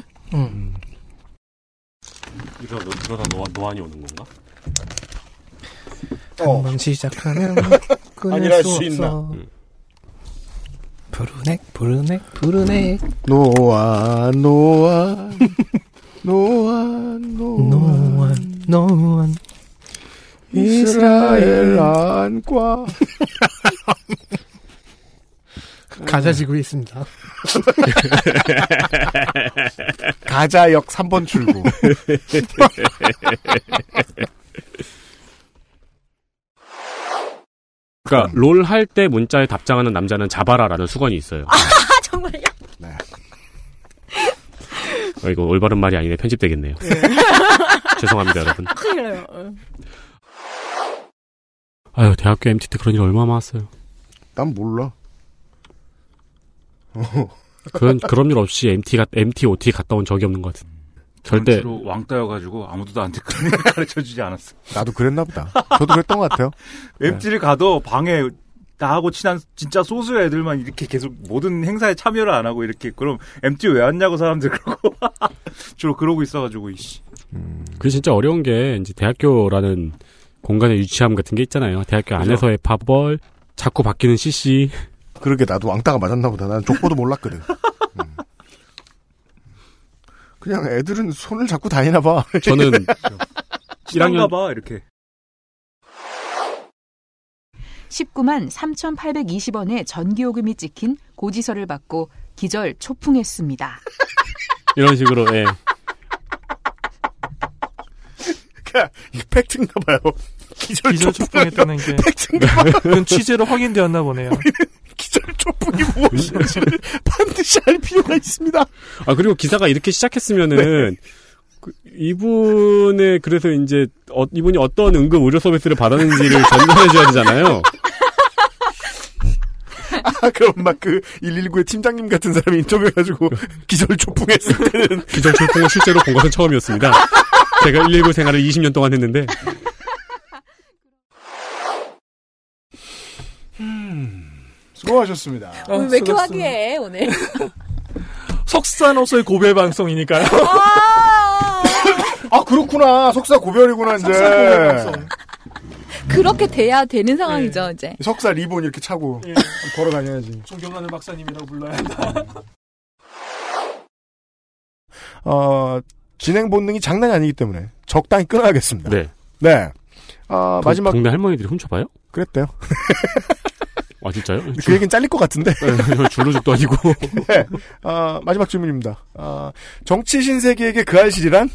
Speaker 11: 이거 너- 그러다 노, 노안이 오는 건가?
Speaker 14: 한번 시작하면 끊을
Speaker 11: 어.
Speaker 15: 그러니까
Speaker 11: 아니랄
Speaker 14: 수
Speaker 11: 수 있나?
Speaker 14: 없어.
Speaker 15: 음.
Speaker 14: 부르넥 부르넥 부르넥
Speaker 2: 노아 노아 노아 노아
Speaker 14: 노원
Speaker 2: 이스라엘 안과
Speaker 7: 아,
Speaker 14: 가자지구에 있습니다.
Speaker 2: 가자역 3번 출구.
Speaker 8: 그러니까 롤 할 때 문자에 답장하는 남자는 잡아라라는 수건이 있어요.
Speaker 15: 아 정말요
Speaker 8: 어, 이거 올바른 말이 아니네 편집되겠네요.
Speaker 2: 예.
Speaker 15: 예.
Speaker 8: 죄송합니다 여러분.
Speaker 15: 큰일 나요 응.
Speaker 8: 아유 대학교 MT 때 그런 일 얼마 나 많았어요.
Speaker 2: 난 몰라.
Speaker 8: 그런 그런 일 없이 MT 가 MT OT 갔다 온 적이 없는 것 같아. 절대
Speaker 10: 주로 왕따여 가지고 아무도 나한테 그런 일 가르쳐 주지 않았어.
Speaker 2: 나도 그랬나 보다. 저도 네. 그랬던 것 같아요.
Speaker 10: MT를 가도 방에 나하고 친한 진짜 소수 의 애들만 이렇게 계속 모든 행사에 참여를 안 하고 이렇게 그럼 MT 왜 왔냐고 사람들 그러고 주로 그러고 있어가지고 이씨.
Speaker 8: 그게 진짜 어려운 게 이제 대학교라는 공간의 유치함 같은 게 있잖아요. 대학교 안에서의 파벌, 자꾸 바뀌는 CC.
Speaker 2: 그러게 나도 왕따가 맞았나 보다. 난 족보도 몰랐거든. 음. 그냥 애들은 손을 잡고 다니나 봐.
Speaker 8: 저는
Speaker 10: 1학년 봐 이렇게
Speaker 25: 19만 3,820원의 전기요금이 찍힌 고지서를 받고 기절 초풍했습니다.
Speaker 8: 이런 식으로 예.
Speaker 2: 그러니까 이게 팩트인가 봐요. 기절
Speaker 17: 초풍했다는 게
Speaker 2: 팩트인가 봐요.
Speaker 17: 그건 취재로 확인되었나 보네요.
Speaker 2: 기절초풍이 무엇인지를 반드시 알 필요가 있습니다. 네.
Speaker 8: 아 그리고 기사가 이렇게 시작했으면은 그 이분의 그래서 이제 어- 이분이 어떤 응급 의료 서비스를 받았는지를 전달해 줘야 되잖아요.
Speaker 2: 아, 그럼 막 그 119의 팀장님 같은 사람이 인터뷰해가지고 기절초풍했을 때는
Speaker 8: 기절초풍을 실제로 본 것은 처음이었습니다. 제가 119 생활을 20년 동안 했는데
Speaker 12: 음, 수고하셨습니다.
Speaker 13: 어,
Speaker 15: 오늘 왜 이렇게 화기해 오늘
Speaker 17: 석산호수의 고별 방송이니까요.
Speaker 2: 아 그렇구나 석사 고별이구나 이제 네.
Speaker 12: 석사 고별 방송.
Speaker 25: 그렇게 돼야 되는 상황이죠,
Speaker 12: 네.
Speaker 25: 이제.
Speaker 2: 석사 리본 이렇게 차고
Speaker 12: 예.
Speaker 2: 걸어 다녀야지.
Speaker 17: 존경하는 박사님이라고 불러야 한다.
Speaker 2: 어, 진행 본능이 장난이 아니기 때문에 적당히 끊어야겠습니다.
Speaker 8: 네.
Speaker 2: 네. 아,
Speaker 8: 동-
Speaker 2: 마지막
Speaker 8: 동네 할머니들이 훔쳐봐요?
Speaker 2: 그랬대요.
Speaker 8: 아 진짜요?
Speaker 2: 그 얘기는 잘릴 것 같은데.
Speaker 12: 네,
Speaker 8: 줄로줍도 아니고.
Speaker 2: 네. 아, 마지막 질문입니다. 아, 정치 신세계에게 그 알실이란?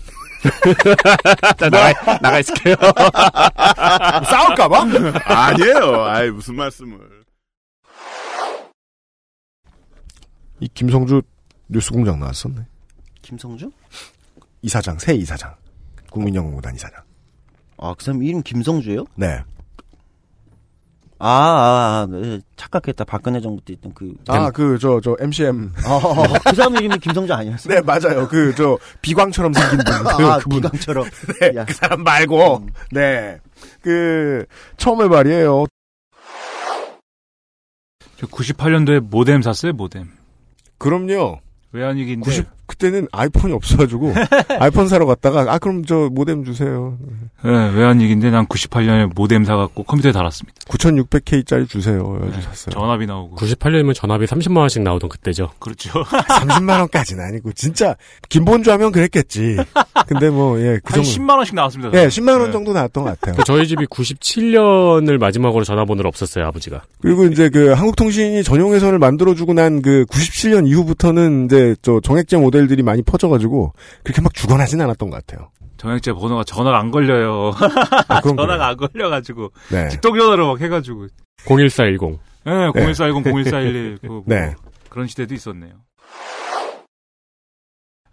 Speaker 12: 자, 나가, 나가 있을게요.
Speaker 2: 싸울까봐?
Speaker 12: 아니에요. 아이, 무슨 말씀을.
Speaker 2: 이 김성주 뉴스공장 나왔었네.
Speaker 7: 김성주?
Speaker 2: 이사장, 새 이사장. 국민연구단 이사장.
Speaker 7: 아, 그 사람 이름 김성주예요?
Speaker 2: 네.
Speaker 7: 아, 아, 아, 네, 착각했다. 박근혜 정부 때 있던 그.
Speaker 2: 아, 그, 저, 저, MCM.
Speaker 7: 그 사람 이름이 김성주 아니었어요?
Speaker 2: 네, 맞아요. 그, 저, 비광처럼 생긴 분. 그,
Speaker 7: 아,
Speaker 2: 그분.
Speaker 7: 비광처럼. 음.
Speaker 2: 네, 그 사람 말고. 네. 그, 처음에 말이에요.
Speaker 10: 저 98년도에 모뎀 샀어요, 모뎀.
Speaker 2: 그럼요.
Speaker 10: 외환위기인데.
Speaker 2: 90, 그때는 아이폰이 없어가지고, 아이폰 사러 갔다가, 아, 그럼 저, 모뎀 주세요.
Speaker 10: 예, 외환위기인데 난 98년에 모뎀 사갖고 컴퓨터에 달았습니다. 네,
Speaker 2: 9600K짜리 주세요. 해가지고 샀어요.
Speaker 10: 전압이 나오고.
Speaker 8: 98년이면 전압이 30만 원씩 나오던 그때죠.
Speaker 10: 그렇죠.
Speaker 2: 30만 원까지는 아니고 진짜 김본주 하면 그랬겠지. 근데 뭐 예, 그
Speaker 10: 한
Speaker 2: 정도.
Speaker 10: 10만 원씩 네. 나왔습니다.
Speaker 2: 예, 10만 원 정도 나왔던 것 같아요.
Speaker 8: 그 저희 집이 97년을 마지막으로 전화번호를 없었어요, 아버지가.
Speaker 2: 그리고 이제 그 한국통신이 전용 회선을 만들어주고 난 그 97년 이후부터는 이제 저 정액제 모델들이 많이 퍼져가지고 그렇게 막 죽어나진 않았던 것 같아요.
Speaker 10: 정액제 번호가 전화가 안 걸려요.
Speaker 2: 아, 그런 거예요.
Speaker 10: 전화가 안 걸려가지고.
Speaker 2: 네.
Speaker 10: 직통전화로 막 해가지고.
Speaker 8: 01410.
Speaker 10: 예, 01410, 01411. 그, 뭐
Speaker 2: 네.
Speaker 10: 그런 시대도 있었네요.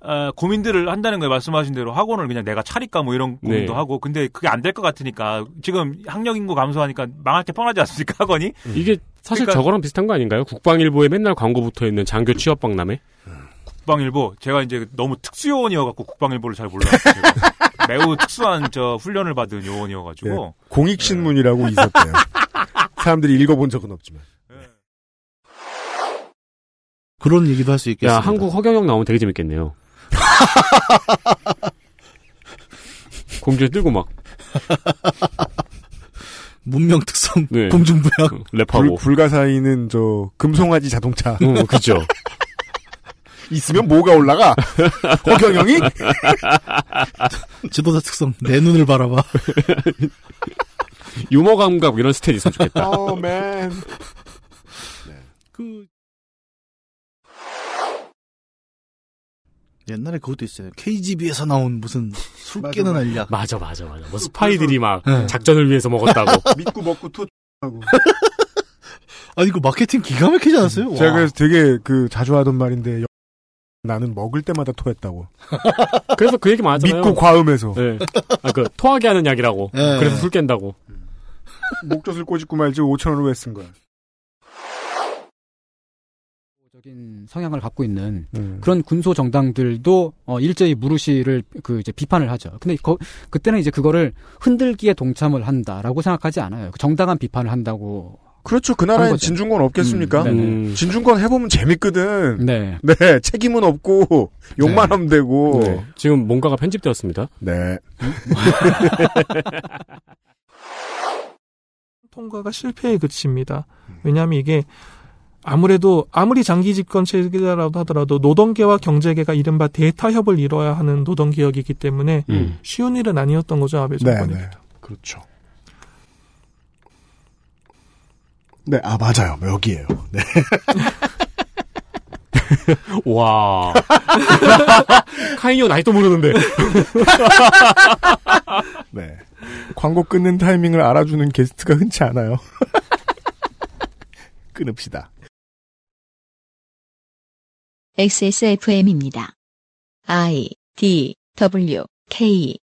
Speaker 10: 아, 고민들을 한다는 거예요. 말씀하신 대로 학원을 그냥 내가 차릴까 뭐 이런 고민도
Speaker 8: 네.
Speaker 10: 하고. 근데 그게 안 될 것 같으니까 지금 학력 인구 감소하니까 망할 게 뻔하지 않습니까, 학원이?
Speaker 8: 이게 사실
Speaker 10: 그러니까-
Speaker 8: 저거랑 비슷한 거 아닌가요? 국방일보에 맨날 광고 붙어 있는 장교 취업박람회?
Speaker 10: 국방일보 제가 이제 너무 특수 요원이어갖고 국방일보를 잘 몰랐어요. 제가. 매우 특수한 저 훈련을 받은 요원이어가지고
Speaker 2: 예, 공익신문이라고 있었대요. 사람들이 읽어본 적은 없지만.
Speaker 16: 그런 얘기도 할 수 있겠습니다.
Speaker 8: 야, 한국 허경영 나오면 되게 재밌겠네요. 공중에 뜨고 막.
Speaker 16: 문명 특성
Speaker 8: 네.
Speaker 16: 공중부양
Speaker 8: 랩하고.
Speaker 2: 불, 가사의는저 금송아지 자동차.
Speaker 16: 음,
Speaker 8: 어, 그죠.
Speaker 2: 있으면 뭐가 올라가? 허경영이?
Speaker 16: 지도자 특성 내 눈을 바라봐.
Speaker 8: 유머 감각 이런 스테이 있으면 좋겠다.
Speaker 2: 어, 맨. 네.
Speaker 16: 그 옛날에 그것도 있어요. KGB에서 나온 무슨 술 깨는 알약.
Speaker 8: 맞아, 맞아, 맞아. 뭐 스파이들이 막 작전을 위해서 먹었다고.
Speaker 26: 믿고 먹고 토하고.
Speaker 16: 아니 그 마케팅 기가 막히지 않았어요?
Speaker 2: 제가
Speaker 16: 와.
Speaker 2: 그래서 되게 그 자주 하던 말인데 여- 나는 먹을 때마다 토했다고.
Speaker 8: 그래서 그 얘기 많았잖아요.
Speaker 2: 믿고 과음해서.
Speaker 8: 네. 아, 그 토하게 하는 약이라고.
Speaker 2: 예.
Speaker 8: 그래서 술 깬다고.
Speaker 2: 목젖을 꼬집고 말지 5천 원을 왜 쓴 거야?
Speaker 19: 음, 성향을 갖고 있는
Speaker 2: 음.
Speaker 19: 그런 군소 정당들도 어, 일제히 무르시를 그 이제 비판을 하죠. 근데 거- 그때는 이제 그거를 흔들기에 동참을 한다라고 생각하지 않아요. 그 정당한 비판을 한다고.
Speaker 2: 그렇죠. 그
Speaker 19: 한
Speaker 2: 나라엔
Speaker 19: 거죠.
Speaker 2: 진중권 없겠습니까?
Speaker 19: 음, 네네.
Speaker 2: 진중권 해보면 재밌거든.
Speaker 19: 네.
Speaker 2: 네, 책임은 없고 욕만 하면 되고.
Speaker 8: 네. 지금 뭔가가 편집되었습니다. 음?
Speaker 2: 네.
Speaker 9: 통과가 실패에 그칩니다. 왜냐하면 이게 아무래도 아무리 장기 집권 체제라고 하더라도 노동계와 경제계가 이른바 대타협을 이뤄야 하는 노동 개혁이기 때문에
Speaker 2: 음.
Speaker 9: 쉬운 일은 아니었던 거죠 아베 정권이.
Speaker 2: 네, 그렇죠. 네, 아 맞아요. 여기에요. 네.
Speaker 8: 와. 카이오 나이도 모르는데.
Speaker 2: 네. 광고 끊는 타이밍을 알아주는 게스트가 흔치 않아요. 끊읍시다.
Speaker 5: XSFM입니다. I D W K